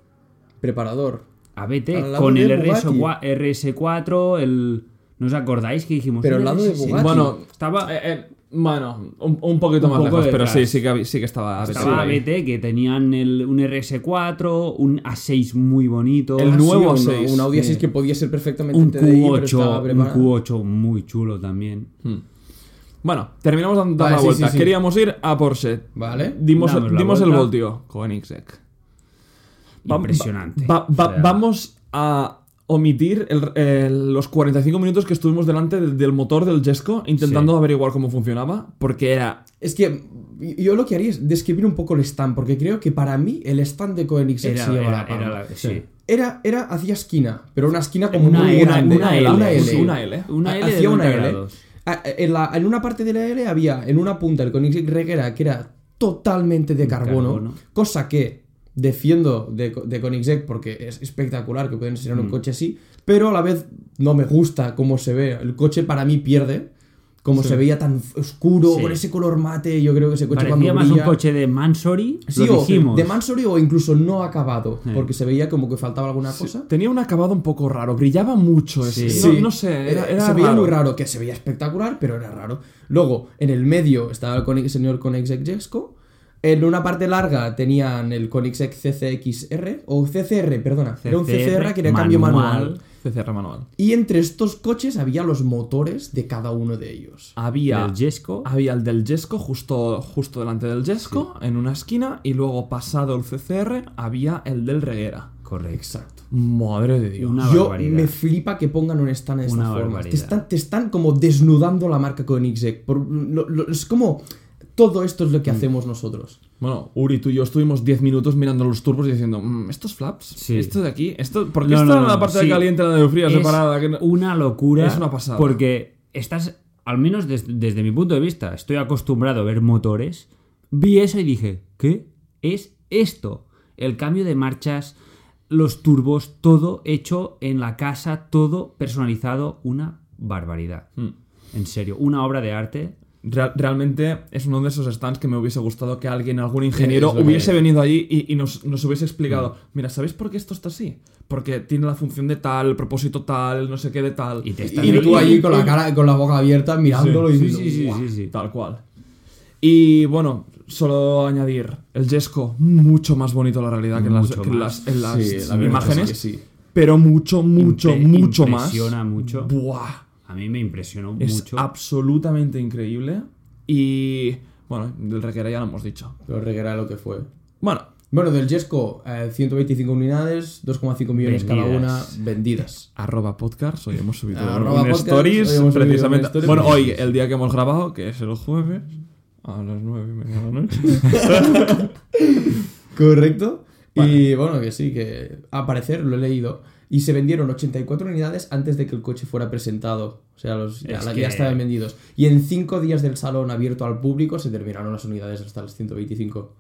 Speaker 2: Preparador. Al
Speaker 3: ABT
Speaker 2: lado
Speaker 3: con
Speaker 2: de
Speaker 3: el
Speaker 2: Bugatti.
Speaker 3: RS, 4 el. ¿No os acordáis que dijimos?
Speaker 2: Pero al
Speaker 3: "Mira,
Speaker 2: lado de
Speaker 3: ese sí".
Speaker 2: Bugatti.
Speaker 1: Bueno,
Speaker 3: estaba.
Speaker 1: Eh, eh, bueno, un, un poquito
Speaker 3: Un
Speaker 1: más
Speaker 3: poco
Speaker 1: lejos, pero
Speaker 3: detrás.
Speaker 1: sí, sí que, habí- sí que estaba.
Speaker 3: Pues Estaba
Speaker 1: sí.
Speaker 3: ABT que tenían el- un RS4, un A6 muy bonito,
Speaker 1: El
Speaker 2: Ah, sí,
Speaker 1: nuevo
Speaker 2: un-
Speaker 1: A6.
Speaker 2: Un Audi
Speaker 3: Sí.
Speaker 2: A6 que podía ser perfectamente
Speaker 3: un
Speaker 2: TDI, pero
Speaker 3: Q8,
Speaker 2: estaba
Speaker 3: un
Speaker 2: preparado. Hmm.
Speaker 3: Q8 muy chulo también.
Speaker 1: Bueno, terminamos dando
Speaker 2: Vale,
Speaker 1: la
Speaker 2: sí,
Speaker 1: vuelta.
Speaker 2: sí, sí.
Speaker 1: Queríamos ir a Porsche.
Speaker 2: Vale.
Speaker 1: Dimos,
Speaker 3: Damos la
Speaker 1: dimos el
Speaker 3: vuelta.
Speaker 1: voltio. Koenigsegg. Va-
Speaker 3: Impresionante.
Speaker 1: va- va-
Speaker 3: O sea,
Speaker 1: Vamos a omitir el- el- los 45 minutos que estuvimos delante del, del motor del Jesco intentando
Speaker 3: Sí.
Speaker 1: averiguar cómo funcionaba, porque era
Speaker 2: Es que yo lo que haría es describir un poco el stand, porque creo que para mí el stand de Koenigsegg
Speaker 3: Era-
Speaker 2: se lleva
Speaker 3: era-
Speaker 2: la palma.
Speaker 3: era la- sí.
Speaker 2: Era- era- hacía esquina, pero una esquina como
Speaker 3: Una
Speaker 2: muy
Speaker 3: L,
Speaker 2: grande.
Speaker 3: una L,
Speaker 1: una L.
Speaker 3: Una L de
Speaker 2: hacía una
Speaker 3: 90
Speaker 2: L.
Speaker 3: grados.
Speaker 2: Ah, En, la- en una parte de la L había en una punta el Koenigsegg Regera que era totalmente de carbono,
Speaker 3: carbono.
Speaker 2: cosa que defiendo de, Co- de Koenigsegg porque es espectacular que pueden enseñar
Speaker 3: Mm.
Speaker 2: un coche así, pero a la vez no me gusta cómo se ve. El coche para mí pierde, como se veía tan f- oscuro,
Speaker 3: Sí.
Speaker 2: con ese color mate. Yo creo que ese coche
Speaker 3: Parecía
Speaker 2: cuando
Speaker 3: más un
Speaker 2: brilla-
Speaker 3: coche de Mansory.
Speaker 2: Sí,
Speaker 3: lo
Speaker 2: o
Speaker 3: dijimos.
Speaker 2: de Mansory o incluso no acabado, porque se veía como que faltaba alguna cosa.
Speaker 1: tenía un acabado un poco raro, brillaba mucho, es-
Speaker 3: Sí.
Speaker 1: no, no sé, era,
Speaker 2: Eh,
Speaker 1: era
Speaker 2: se veía
Speaker 1: raro.
Speaker 2: muy raro, que se veía espectacular, pero era raro. Luego, en el medio estaba el Koenigsegg- señor Koenigsegg Jesco. En una parte larga tenían el Koenigsegg CCXR, o CCR, perdona. era un CCR que era cambio manual.
Speaker 1: CCR manual.
Speaker 2: Y entre estos coches había los motores de cada uno de ellos.
Speaker 1: Había
Speaker 3: El Jesco.
Speaker 2: Ah,
Speaker 1: Había el del Jesco justo, justo delante del Jesco, en una esquina, y luego pasado el CCR había el del Reguera.
Speaker 3: Correcto.
Speaker 2: Exacto.
Speaker 1: Madre de Dios.
Speaker 3: Una
Speaker 2: Yo
Speaker 3: barbaridad.
Speaker 2: me flipa que pongan un stand de esta
Speaker 3: Una
Speaker 2: forma.
Speaker 3: barbaridad.
Speaker 2: Te están, te están como desnudando la marca Koenigsegg. Por- lo- lo- es como todo esto es lo
Speaker 3: Mm.
Speaker 2: que hacemos nosotros.
Speaker 1: Bueno, Uri, tú y yo estuvimos 10 minutos mirando los turbos y diciendo, "Mm, estos flaps,
Speaker 3: Sí.
Speaker 1: esto de aquí, esto, ¿por qué
Speaker 3: No,
Speaker 1: está
Speaker 3: no, no,
Speaker 1: la parte de
Speaker 3: sí.
Speaker 1: caliente, la de fría
Speaker 3: Es
Speaker 1: separada? Que no- Uh,
Speaker 3: una locura.
Speaker 1: Es una pasada.
Speaker 3: Porque estás, al menos des- desde mi punto de vista, estoy acostumbrado a ver motores. Vi eso y dije, ¿qué es esto? El cambio de marchas, los turbos, todo hecho en la casa, todo personalizado, una barbaridad.
Speaker 1: Hmm.
Speaker 3: En serio, una obra de arte.
Speaker 1: Real- realmente es uno de esos stands que me hubiese gustado que alguien, algún ingeniero,
Speaker 2: Es lo que
Speaker 1: hubiese
Speaker 2: es.
Speaker 1: venido allí y, y nos, nos hubiese
Speaker 3: Mm.
Speaker 1: explicado, mira, ¿sabéis por qué esto está así? Porque tiene la función de tal, propósito tal, no sé qué de tal.
Speaker 3: Y te están
Speaker 2: Y tú
Speaker 3: y-
Speaker 2: ahí con la cara, con la boca abierta mirándolo y
Speaker 3: Sí,
Speaker 2: diciendo,
Speaker 3: sí, sí,
Speaker 2: "Guau".
Speaker 3: sí, sí.
Speaker 1: Tal cual. Y bueno, solo añadir, el Jesco, mucho más bonito la realidad que, en las,
Speaker 3: Mucho
Speaker 1: que en
Speaker 3: más.
Speaker 1: las- en las
Speaker 2: Sí, la verdad
Speaker 1: imágenes.
Speaker 2: es que sí.
Speaker 1: Pero mucho, mucho,
Speaker 3: Impre-
Speaker 1: mucho más.
Speaker 3: impresiona mucho.
Speaker 1: Buah.
Speaker 3: A mí me impresionó
Speaker 1: Es
Speaker 3: mucho.
Speaker 1: absolutamente increíble. Y bueno, del Requera ya lo hemos dicho.
Speaker 2: Pero reguera lo que fue.
Speaker 1: Bueno,
Speaker 2: Bueno, del Jesco, eh, 125 unidades, 2,5 millones cada una
Speaker 3: Vendidas.
Speaker 2: vendidas.
Speaker 1: arroba podcast, hoy hemos subido
Speaker 2: Arroba
Speaker 1: un
Speaker 2: podcast,
Speaker 1: stories
Speaker 2: hoy hemos subido un
Speaker 1: precisamente.
Speaker 2: stories.
Speaker 1: Bueno, hoy, el día que hemos grabado, que es el jueves. a las nueve y media de la noche.
Speaker 2: Correcto. Y bueno, que sí, que a parecer lo he leído. Y se vendieron 84 unidades antes de que el coche fuera presentado. O sea, los, ya,
Speaker 3: Es
Speaker 2: la-
Speaker 3: que-
Speaker 2: ya estaban vendidos. Y en 5 días del salón abierto al público se terminaron las unidades hasta las 125.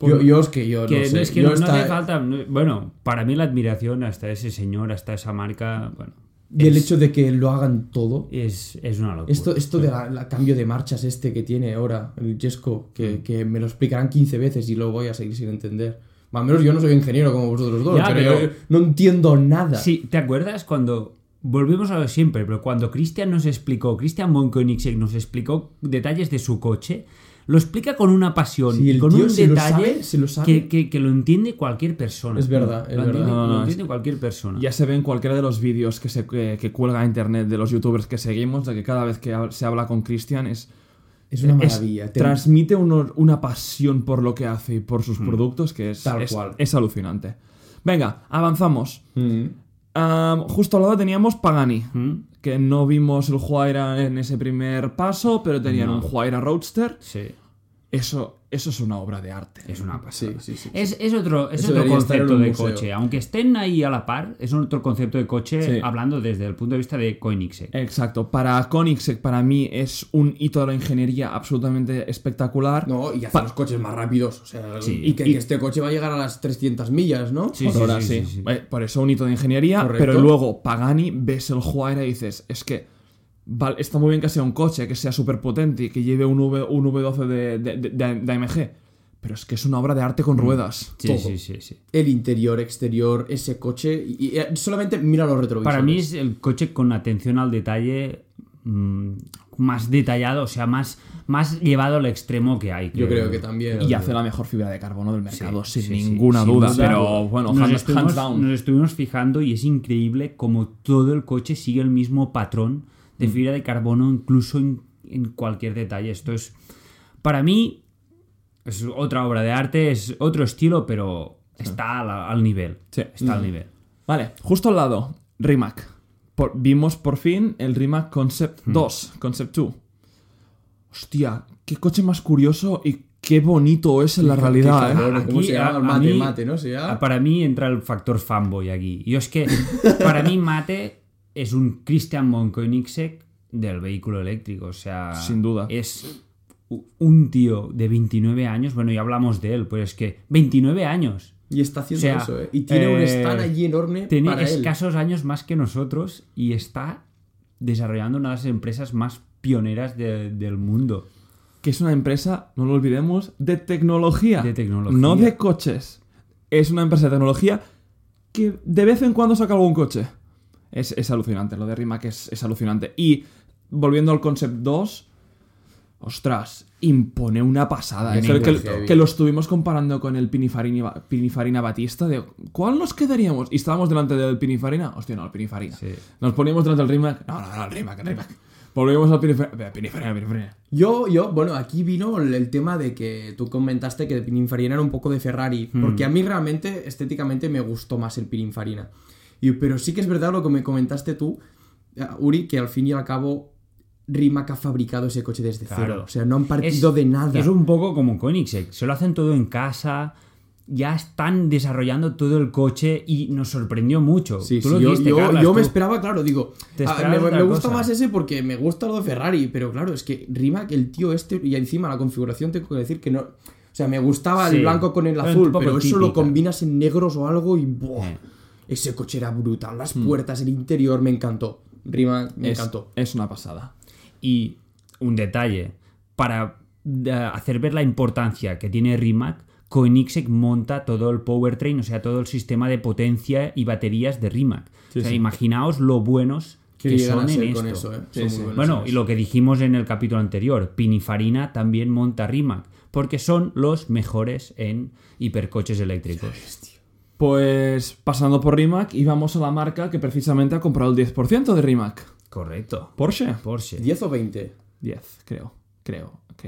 Speaker 2: Yo, yo es que yo
Speaker 3: Que
Speaker 2: no sé.
Speaker 3: es que
Speaker 2: yo
Speaker 3: no, no
Speaker 2: esta-
Speaker 3: hace falta. no- Bueno, para mí la admiración hasta ese señor, hasta esa marca, bueno,
Speaker 2: Y el hecho de que lo hagan todo.
Speaker 3: es, es una locura.
Speaker 2: Esto, esto de la, la cambio de marchas este que tiene ahora el Jesco,
Speaker 3: Mm.
Speaker 2: que, que me lo explicarán 15 veces y lo voy a seguir sin entender. Más o menos yo no soy ingeniero como vosotros dos,
Speaker 3: Ya,
Speaker 2: pero,
Speaker 3: pero-
Speaker 2: yo no entiendo nada.
Speaker 3: Sí, ¿te acuerdas cuando volvemos a lo de siempre, pero cuando Christian nos explicó, Christian von Koenigsegg nos explicó detalles de su coche, lo explica con una pasión
Speaker 2: Sí, el
Speaker 3: y con
Speaker 2: tío
Speaker 3: un
Speaker 2: se lo
Speaker 3: detalle
Speaker 2: sabe, se lo sabe.
Speaker 3: Que, que- que lo entiende cualquier persona.
Speaker 2: Es verdad, es
Speaker 3: lo entiende-
Speaker 2: verdad.
Speaker 1: No, no,
Speaker 3: lo
Speaker 1: es-
Speaker 3: entiende cualquier persona.
Speaker 1: Ya se ve en cualquiera de los vídeos que, se, que, que cuelga internet de los youtubers que seguimos, de que cada vez que hab- se habla con Christian es...
Speaker 2: Es una
Speaker 1: es-
Speaker 2: maravilla. Te-
Speaker 1: transmite uno- una pasión por lo que hace y por
Speaker 3: Mm.
Speaker 1: sus productos que es,
Speaker 2: Tal
Speaker 1: es-
Speaker 2: cual.
Speaker 1: es alucinante. Venga, avanzamos.
Speaker 2: Mm.
Speaker 1: Am, justo al lado teníamos Pagani,
Speaker 3: ¿Mm?
Speaker 1: que no vimos el Huayra en ese primer paso, pero tenían
Speaker 3: No.
Speaker 1: un Huayra Roadster.
Speaker 3: Sí,
Speaker 1: Eso, eso es una obra de arte.
Speaker 3: es una
Speaker 2: Sí,
Speaker 3: pasada.
Speaker 2: sí, sí.
Speaker 3: Es, es otro, es
Speaker 2: Eso
Speaker 3: otro
Speaker 2: debería estar en
Speaker 3: concepto
Speaker 2: un
Speaker 3: de
Speaker 2: museo.
Speaker 3: coche. Aunque estén ahí a la par, es otro concepto de coche
Speaker 1: Sí.
Speaker 3: hablando desde el punto de vista de Koenigsegg.
Speaker 1: Exacto. Para Koenigsegg, para mí, es un hito de la ingeniería absolutamente espectacular.
Speaker 2: No, y hacer los coches más rápidos. O sea,
Speaker 3: Sí.
Speaker 2: y que,
Speaker 1: Y-
Speaker 2: que este coche va a llegar a las 300 millas, ¿no?
Speaker 3: Sí,
Speaker 1: Por
Speaker 3: sí,
Speaker 1: ahora
Speaker 3: sí,
Speaker 1: sí.
Speaker 3: sí, sí.
Speaker 1: Eh, Por eso un hito de ingeniería,
Speaker 2: Correcto.
Speaker 1: pero luego Pagani, ves el Huayra y dices, es que vale, está muy bien que sea un coche, que sea súper potente y que lleve un, v, un V12 de, de, de- de AMG, pero es que es una obra de arte con
Speaker 3: Mm.
Speaker 1: ruedas.
Speaker 3: Sí,
Speaker 2: todo.
Speaker 3: sí, sí, sí.
Speaker 2: El interior, exterior, ese coche. Y, y, eh, solamente mira los retrovisores.
Speaker 3: Para mí es el coche con atención al detalle mm, más detallado, o sea, más, más llevado al extremo que hay.
Speaker 2: Yo creo que también.
Speaker 1: Y hace la mejor fibra de carbono del mercado,
Speaker 3: Sí,
Speaker 1: sin
Speaker 3: sí, sí,
Speaker 1: ninguna
Speaker 3: sin
Speaker 1: duda,
Speaker 3: duda.
Speaker 1: Pero bueno,
Speaker 3: nos,
Speaker 1: hand-
Speaker 3: estuvimos,
Speaker 1: hands down.
Speaker 3: nos estuvimos fijando y es increíble como todo el coche sigue el mismo patrón de
Speaker 1: Mm.
Speaker 3: fibra de carbono, incluso en, en cualquier detalle. Esto es, para mí, es otra obra de arte, es otro estilo, pero está al, al nivel.
Speaker 1: Sí. Mm.
Speaker 3: Está al nivel.
Speaker 1: Vale, justo al lado, Rimac. Por- vimos por fin el Rimac Concept 2, Concept 2. Hostia, qué coche más curioso y qué bonito es en la
Speaker 2: Qué
Speaker 1: realidad, ¿eh?
Speaker 2: cabrón, ¿Cómo
Speaker 3: Aquí,
Speaker 2: se llama?
Speaker 3: a- a
Speaker 2: mate,
Speaker 3: mí-
Speaker 2: mate, ¿no? Se llama.
Speaker 3: Ah, Para mí entra el factor fanboy aquí. Yo es que, para mí, Mate es un Christian von Koenigsegg del vehículo eléctrico. O sea,
Speaker 1: Sin duda.
Speaker 3: Es u- un tío de 29 años. Bueno, ya hablamos de él, pero es que 29 años.
Speaker 2: Y está haciendo
Speaker 3: O sea,
Speaker 2: eso, ¿eh? Y tiene un
Speaker 3: eh,
Speaker 2: stand allí enorme
Speaker 3: Tiene
Speaker 2: para él.
Speaker 3: escasos años más que nosotros y está desarrollando una de las empresas más pioneras de- del mundo.
Speaker 1: que es una empresa, no lo olvidemos, de tecnología.
Speaker 3: De tecnología.
Speaker 1: No de coches. Es una empresa de tecnología que de vez en cuando saca algún coche. Es, es alucinante, lo de Rimac es, es alucinante. Y volviendo al Concept 2, ostras, impone una pasada. ¿eh?
Speaker 2: Viene
Speaker 1: Creo
Speaker 2: muy
Speaker 1: que,
Speaker 2: heavy.
Speaker 1: que lo estuvimos comparando con el Pinifarina, Pinifarina Batista, de ¿cuál nos quedaríamos? Y estábamos delante del Pinifarina, hostia, no, el Pinifarina.
Speaker 3: Sí.
Speaker 1: Nos poníamos delante del Rimac, no, no, no, el Rimac, el Rimac. Volvíamos al Pinifarina, Pinifarina, Pinifarina.
Speaker 2: Yo, yo, bueno, aquí vino el, el tema de que tú comentaste que Pininfarina era un poco de Ferrari,
Speaker 3: Hmm.
Speaker 2: porque a mí realmente estéticamente me gustó más el Pininfarina. Y, pero sí que es verdad lo que me comentaste tú, eh, Uri, que al fin y al cabo Rimac ha fabricado ese coche desde
Speaker 3: Claro.
Speaker 2: cero. O sea, no han partido
Speaker 3: Es-
Speaker 2: de nada.
Speaker 3: Es un poco como Koenigsegg, se lo hacen todo en casa, ya están desarrollando todo el coche y nos sorprendió mucho.
Speaker 2: Sí,
Speaker 3: Tú
Speaker 2: sí,
Speaker 3: lo
Speaker 2: yo,
Speaker 3: dijiste,
Speaker 2: yo-
Speaker 3: Carlas,
Speaker 2: yo
Speaker 3: tú.
Speaker 2: me esperaba, claro, digo,
Speaker 3: Te
Speaker 2: ah,
Speaker 3: esperabas
Speaker 2: me, me
Speaker 3: otra
Speaker 2: gusta
Speaker 3: cosa.
Speaker 2: más ese porque me gusta lo de Ferrari, pero claro, es que Rimac, el tío este, y encima la configuración tengo que decir que no... O sea, me gustaba
Speaker 3: Sí.
Speaker 2: el blanco con el
Speaker 3: Era un
Speaker 2: azul,
Speaker 3: poco
Speaker 2: pero eso lo
Speaker 3: típica.
Speaker 2: combinas en negros o algo y ¡buah!
Speaker 3: Eh. Hmm.
Speaker 2: Ese coche era brutal, las puertas, el interior, me encantó. Rimac, me
Speaker 1: es,
Speaker 2: encantó.
Speaker 1: es una pasada.
Speaker 3: Y un detalle, para eh, hacer ver la importancia que tiene Rimac, Koenigsegg monta todo el powertrain, o sea, todo el sistema de potencia y baterías de Rimac. o sea, imaginaos lo buenos
Speaker 2: Que
Speaker 3: que
Speaker 2: llegan
Speaker 3: son
Speaker 2: a ser
Speaker 3: en
Speaker 2: con
Speaker 3: esto.
Speaker 2: eso, ¿eh? Son muy
Speaker 1: sí.
Speaker 2: buenos
Speaker 3: Bueno,
Speaker 2: en
Speaker 3: y
Speaker 2: eso.
Speaker 3: lo que dijimos en el capítulo anterior, Pinifarina también monta Rimac, porque son los mejores en hipercoches eléctricos.
Speaker 1: Pues pasando por Rimac íbamos a la marca que precisamente ha comprado el 10% de Rimac.
Speaker 3: Correcto.
Speaker 1: Porsche.
Speaker 3: Porsche.
Speaker 2: 10 o 20.
Speaker 1: 10, creo. Creo. Creo.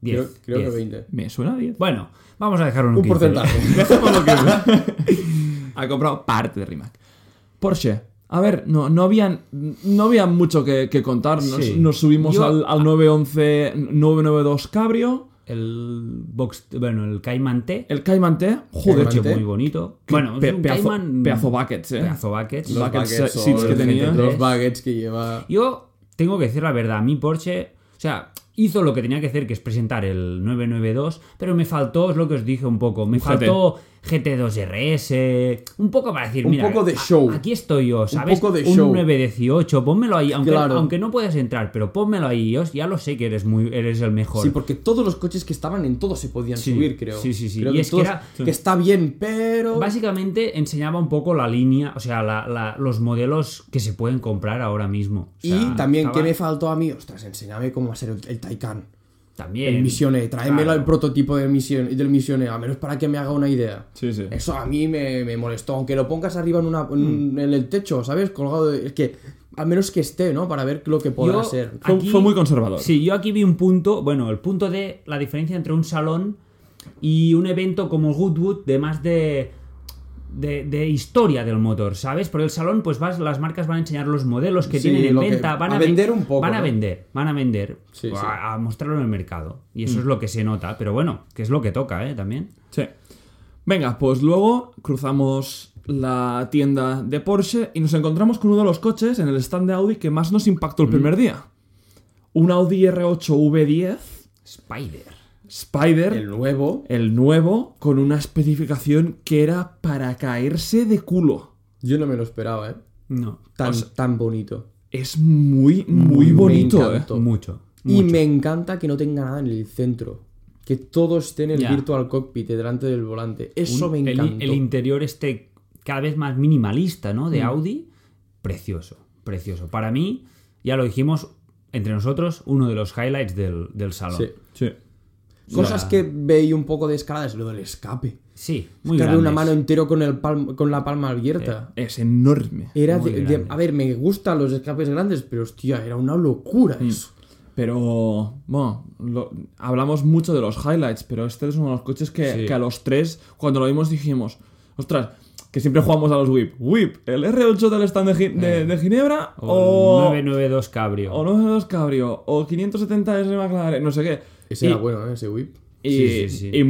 Speaker 2: Creo,
Speaker 3: 10,
Speaker 2: creo
Speaker 3: 10.
Speaker 2: que 20.
Speaker 1: Me suena a 10.
Speaker 3: Bueno, vamos a dejar un,
Speaker 2: Un
Speaker 3: 15.
Speaker 2: porcentaje.
Speaker 1: Dejémoslo que- ha comprado parte de Rimac. Porsche A ver, no, no, había, no había mucho que, que contar. Nos,
Speaker 3: Sí.
Speaker 1: nos subimos
Speaker 3: Yo-
Speaker 1: al, al 911, 992 Cabrio,
Speaker 3: El box, bueno, el Cayman T.
Speaker 1: el Cayman T. Joder,
Speaker 2: Cayman
Speaker 1: tío.
Speaker 2: T.
Speaker 3: muy bonito.
Speaker 1: qué
Speaker 3: Bueno,
Speaker 1: pe-
Speaker 3: es un
Speaker 1: pedazo,
Speaker 3: Cayman.
Speaker 1: pedazo buckets, eh.
Speaker 3: pedazo buckets.
Speaker 1: Los- bucket seats
Speaker 2: buckets son
Speaker 1: que tenía.
Speaker 2: gente- Los
Speaker 3: Tres.
Speaker 2: buckets que lleva.
Speaker 3: Yo tengo que decir la verdad, mi Porsche, o sea, hizo lo que tenía que hacer, que es presentar el 992, pero me faltó, es lo que os dije un poco, me faltó GT2 RS, un poco para decir,
Speaker 2: Un
Speaker 3: mira,
Speaker 2: poco de
Speaker 3: a-
Speaker 2: show.
Speaker 3: aquí estoy yo, ¿sabes?
Speaker 2: poco de show.
Speaker 3: 918, pónmelo ahí, aunque,
Speaker 2: Claro.
Speaker 3: aunque no puedas entrar, pero pónmelo ahí, yo ya lo sé que eres muy eres el mejor.
Speaker 2: Sí, porque todos los coches que estaban en todo se podían
Speaker 3: Sí,
Speaker 2: subir, creo.
Speaker 3: sí, sí, sí.
Speaker 2: Creo
Speaker 3: Y
Speaker 2: que,
Speaker 3: es que
Speaker 2: todos-
Speaker 3: era-
Speaker 2: que está bien, pero.
Speaker 3: Básicamente enseñaba un poco la línea, o sea, la- la- los modelos que se pueden comprar ahora mismo. O
Speaker 2: Y
Speaker 3: sea,
Speaker 2: también,
Speaker 3: estaba-
Speaker 2: ¿qué me faltó a mí? Ostras, enséñame cómo hacer el, el Taycan.
Speaker 3: también,
Speaker 2: El Missione, tráemelo
Speaker 3: Claro.
Speaker 2: el prototipo del Missione, del Missione, a menos para que me haga una idea.
Speaker 1: Sí, sí.
Speaker 2: Eso a mí me, me molestó, aunque lo pongas arriba en, una, en,
Speaker 3: Mm.
Speaker 2: en el techo, ¿sabes? Colgado, de- es que al menos que esté, ¿no? Para ver lo que podrá
Speaker 3: Yo-
Speaker 2: ser.
Speaker 1: Fue,
Speaker 3: Aquí-
Speaker 1: fue muy conservador.
Speaker 3: Sí, yo aquí vi un punto, bueno, el punto de la diferencia entre un salón y un evento como Goodwood de más de, de, de historia del motor, ¿sabes? Porque el salón, pues vas, las marcas van a enseñar los modelos que
Speaker 2: Sí,
Speaker 3: tienen en
Speaker 2: lo que-
Speaker 3: venta, van
Speaker 2: a
Speaker 3: a, ve-
Speaker 2: vender un poco,
Speaker 3: Van a
Speaker 2: ¿no?
Speaker 3: vender, van a vender,
Speaker 2: Sí,
Speaker 3: o
Speaker 2: sí. Mm.
Speaker 3: a, a mostrarlo en el mercado. Y eso es lo que se nota, pero bueno, que es lo que toca, ¿eh? También.
Speaker 1: Sí. Venga, pues luego cruzamos la tienda de Porsche y nos encontramos con uno de los coches en el stand de Audi que más nos impactó el
Speaker 2: Mm.
Speaker 1: primer día. Un Audi R8 V10
Speaker 3: Spider.
Speaker 1: Spider,
Speaker 2: El
Speaker 1: el,
Speaker 2: nuevo.
Speaker 1: nuevo, con una especificación que era para caerse de culo.
Speaker 2: Yo no me lo esperaba, ¿eh?
Speaker 3: No,
Speaker 2: Tan, tan bonito.
Speaker 1: Es muy, muy
Speaker 2: Mm, Me
Speaker 1: bonito, eh.
Speaker 2: encantó.
Speaker 3: mucho.
Speaker 2: Y me encanta que no tenga nada en el centro. Que todo esté en el
Speaker 3: Ya.
Speaker 2: virtual cockpit delante del volante. Eso
Speaker 3: Un-
Speaker 2: me
Speaker 3: el-
Speaker 2: encantó. Mm.
Speaker 3: El, interior este cada vez más minimalista, ¿no? De Audi. Precioso, precioso. Para mí, ya lo dijimos entre nosotros, uno de los highlights del, del salón.
Speaker 2: Sí.
Speaker 3: Sí,
Speaker 1: ¿eh? Sí.
Speaker 2: Cosas que veí un poco de escalada es lo del escape.
Speaker 3: muy
Speaker 2: Darle
Speaker 3: grande.
Speaker 2: una mano entero con, el palm- con la palma abierta.
Speaker 1: Es enorme.
Speaker 2: Era
Speaker 3: Muy
Speaker 2: de- de-
Speaker 3: grande.
Speaker 2: A ver, me gustan los escapes grandes, pero hostia, era una locura
Speaker 3: Mm.
Speaker 2: eso.
Speaker 1: Pero, bueno, lo- hablamos mucho de los highlights, pero este es uno de los coches que,
Speaker 3: Sí.
Speaker 1: que a los tres, cuando lo vimos, dijimos, ostras, que siempre jugamos a los whip. Whip, el R8 del stand de, Gi- de- de Ginebra
Speaker 2: Oh.
Speaker 3: O
Speaker 1: o,
Speaker 3: el 992 Cabrio.
Speaker 1: o 992 Cabrio o 570 S McLaren, no sé qué.
Speaker 2: Ese
Speaker 1: Y-
Speaker 2: era bueno, ¿eh? ese whip.
Speaker 1: Y,
Speaker 3: Sí, sí, sí.
Speaker 1: y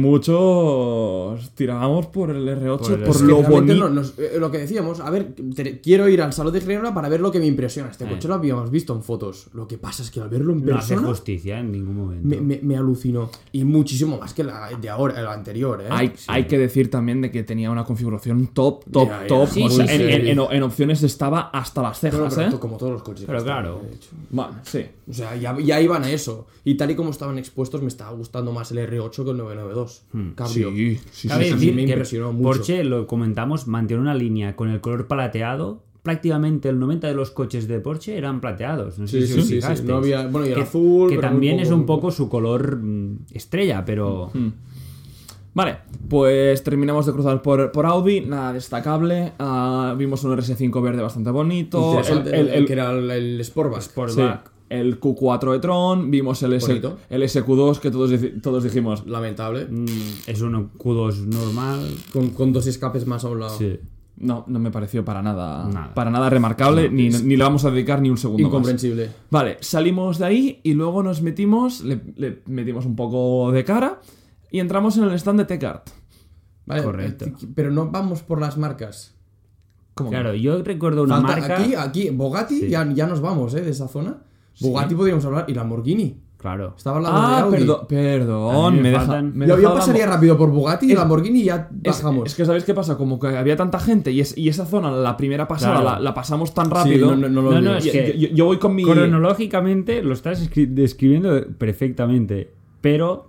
Speaker 1: muchos tirábamos por el R8,
Speaker 3: Por
Speaker 1: por,
Speaker 3: el
Speaker 2: Es que
Speaker 1: lo
Speaker 2: realmente no-
Speaker 1: bonito.
Speaker 2: nos- eh, lo que decíamos, a ver, te- quiero ir al Salón de Ginebra para ver lo que me impresiona. Este coche lo habíamos visto en fotos. Lo que pasa es que al verlo en
Speaker 3: no Eh. hace
Speaker 2: persona
Speaker 3: justicia en ningún momento.
Speaker 2: me, me- me alucinó. Y muchísimo más que la de ahora, la anterior, ¿eh?
Speaker 1: Hay, hay que decir también de que tenía una configuración top, top,
Speaker 2: Ya, ya.
Speaker 1: top.
Speaker 2: Sí,
Speaker 1: O
Speaker 3: sí,
Speaker 1: sea, en,
Speaker 3: sí.
Speaker 1: en- en- en opciones estaba hasta las
Speaker 2: Bueno,
Speaker 1: cejas,
Speaker 2: pero
Speaker 1: ¿eh?
Speaker 2: to- como todos los coches.
Speaker 3: Pero
Speaker 2: que están,
Speaker 3: claro.
Speaker 2: de hecho.
Speaker 1: Bueno, sí.
Speaker 2: O sea, ya, ya iban a eso. Y tal y como estaban expuestos, me estaba gustando más el R8 que el 992. Cabrio.
Speaker 1: Hmm, Sí, sí,
Speaker 3: Cabe
Speaker 2: sí, sí,
Speaker 3: decir
Speaker 2: me
Speaker 3: que
Speaker 2: impresionó mucho.
Speaker 3: Porsche, lo comentamos, mantiene una línea con el color plateado. Prácticamente el 90 de los coches de Porsche eran plateados. No sé
Speaker 2: Sí,
Speaker 3: si
Speaker 2: sí,
Speaker 3: os
Speaker 2: sí, sí.
Speaker 3: fijasteis.
Speaker 2: No había- bueno, y el
Speaker 3: que,
Speaker 2: azul,
Speaker 3: Que
Speaker 2: pero muy
Speaker 3: también es
Speaker 2: poco, Hmm.
Speaker 3: un
Speaker 2: muy poco.
Speaker 3: poco su color mm, estrella, pero.
Speaker 1: Vale, pues terminamos de cruzar por, por Audi, nada destacable. ah, vimos un RS5 verde bastante bonito. El,
Speaker 2: Interesante,
Speaker 1: el- el-
Speaker 2: que era el, el Sportback.
Speaker 3: Sportback.
Speaker 1: sí, el Q4 e-tron, vimos el, S,
Speaker 2: Bonito.
Speaker 1: el SQ2 que todos, dici- todos dijimos.
Speaker 2: Lamentable.
Speaker 3: Mm, Es un Q2 normal.
Speaker 2: Con, con dos escapes más a un lado.
Speaker 3: Sí.
Speaker 1: No, no me pareció para nada,
Speaker 3: Nada.
Speaker 1: Para nada remarcable, ni, ni le vamos a dedicar ni un segundo. más.
Speaker 2: Incomprensible.
Speaker 1: Vale, salimos de ahí y luego nos metimos, le, le metimos un poco de cara y entramos en el stand de Tecart.
Speaker 2: Vale,
Speaker 3: Correcto.
Speaker 2: eh, Pero no vamos por las marcas.
Speaker 1: ¿Cómo que
Speaker 3: Claro, yo recuerdo una
Speaker 2: Falta-
Speaker 3: marca.
Speaker 2: Aquí, aquí, Bogatti, ya, ya nos vamos, ¿eh? De esa zona. Bogatti podríamos hablar. Y Lamborghini.
Speaker 3: Claro.
Speaker 2: Estaba hablando de
Speaker 1: Ah,
Speaker 2: Audi.
Speaker 1: perdón,
Speaker 3: A mí
Speaker 1: perdón,
Speaker 3: me
Speaker 1: me, deja-
Speaker 3: faltan-
Speaker 1: me
Speaker 2: Yo, yo
Speaker 1: dejaba-
Speaker 2: pasaría rápido por Bugatti y Lamborghini y ya
Speaker 1: Es,
Speaker 2: bajamos.
Speaker 1: es que sabéis qué pasa, como que había tanta gente y, es- y esa zona, la primera pasada,
Speaker 3: Claro.
Speaker 1: la, la pasamos tan rápido.
Speaker 2: no, no, no lo
Speaker 3: No, no,
Speaker 2: olvides.
Speaker 3: es
Speaker 1: Yo-
Speaker 3: que
Speaker 1: yo, yo voy con mi.
Speaker 3: cronológicamente lo estás escri- describiendo perfectamente, pero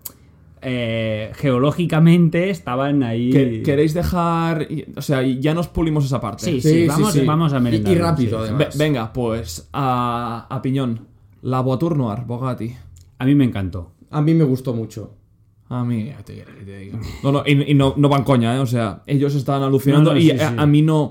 Speaker 3: eh, geológicamente estaban ahí.
Speaker 1: que- ¿Queréis dejar.? y- O sea, y ya nos pulimos esa parte.
Speaker 3: Sí, sí, vamos, vamos a
Speaker 2: Y-
Speaker 3: merendar.
Speaker 2: Y, rápido,
Speaker 3: sí.
Speaker 1: Ve-
Speaker 2: además.
Speaker 1: venga, pues a, a Piñón. La Voiture Noir, Bogatti.
Speaker 3: A mí me encantó.
Speaker 2: A mí me gustó mucho.
Speaker 1: A mí, Ah, ya te quiero que te diga. No, no, y, y no, no van coña, ¿eh? O sea, ellos estaban alucinando
Speaker 3: No, no,
Speaker 1: y
Speaker 3: sí,
Speaker 1: a,
Speaker 3: sí.
Speaker 1: a mí no.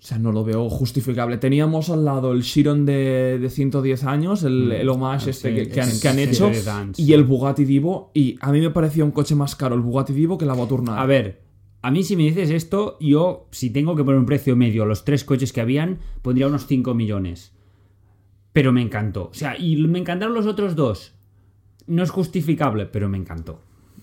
Speaker 1: O sea, no lo veo justificable. Teníamos al lado el Chiron de, de 110 años, el, el homage este
Speaker 3: Mm. Ah, sí,
Speaker 1: que, que han,
Speaker 3: es-
Speaker 1: que han
Speaker 3: sí,
Speaker 1: hecho,
Speaker 3: sí, sí, sí.
Speaker 1: y el Bugatti Divo. Y a mí me parecía un coche más caro el Bugatti Divo que la Voiture Noir.
Speaker 3: A ver, A mí si me dices esto, yo si tengo que poner un precio medio a los tres coches que habían, pondría unos 5 millones. Pero me encantó. O sea, y me encantaron los otros dos. No es justificable, pero me encantó.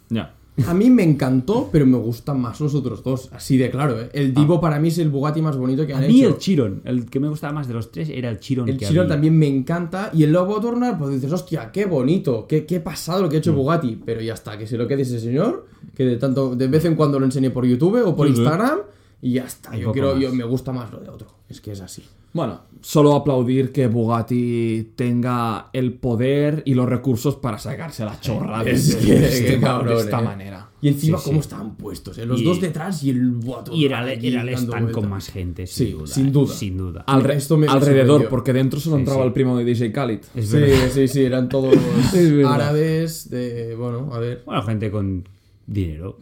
Speaker 1: Ya.
Speaker 2: A mí me encantó, pero me gustan más los otros dos, así de claro, ¿eh? El Divo para mí es el Bugatti más bonito que
Speaker 3: Ah. A
Speaker 2: han
Speaker 3: mí
Speaker 2: hecho.
Speaker 3: el Chiron, el que me gustaba más de los tres era el Chiron.
Speaker 2: El
Speaker 3: que
Speaker 2: Chiron
Speaker 3: había.
Speaker 2: también me encanta. Y el Lobo Turner, pues dices, hostia, qué bonito, qué, qué pasado lo que ha
Speaker 3: Mm.
Speaker 2: hecho Bugatti. Pero ya está, que se lo quede ese señor, que de tanto de vez en cuando lo enseñe por YouTube o por
Speaker 1: Sí, sí.
Speaker 2: Instagram, y ya está.
Speaker 3: Un
Speaker 2: Yo
Speaker 3: poco
Speaker 2: quiero,
Speaker 3: más.
Speaker 2: yo me gusta más lo de otro. Es que es así.
Speaker 1: Bueno, solo aplaudir que Bugatti tenga el poder y los recursos para sacarse la chorra de,
Speaker 2: Es
Speaker 1: de-
Speaker 2: que-
Speaker 1: de este
Speaker 2: qué
Speaker 1: ma- de
Speaker 2: cabrón,
Speaker 1: esta
Speaker 2: eh.
Speaker 1: manera.
Speaker 2: Y encima,
Speaker 3: Sí, sí.
Speaker 2: cómo estaban puestos, ¿eh? Los
Speaker 3: Y-
Speaker 2: dos detrás y el Buah,
Speaker 3: Y era, el-
Speaker 2: aquí
Speaker 3: era el
Speaker 2: dando
Speaker 3: stand con
Speaker 2: vueltas.
Speaker 3: más gente,
Speaker 2: Sí,
Speaker 3: sin duda.
Speaker 2: sin
Speaker 3: eh,
Speaker 2: duda.
Speaker 3: Sin duda.
Speaker 1: Al re-
Speaker 2: Esto me
Speaker 1: alrededor,
Speaker 2: sorprendió.
Speaker 1: porque dentro solo
Speaker 3: Sí,
Speaker 1: entraba
Speaker 3: sí.
Speaker 1: el primo de DJ Khalid.
Speaker 3: Es
Speaker 2: Sí,
Speaker 3: verdad.
Speaker 2: sí, sí, eran todos
Speaker 1: Es verdad.
Speaker 2: árabes de. Bueno, a ver.
Speaker 3: Bueno, gente con dinero.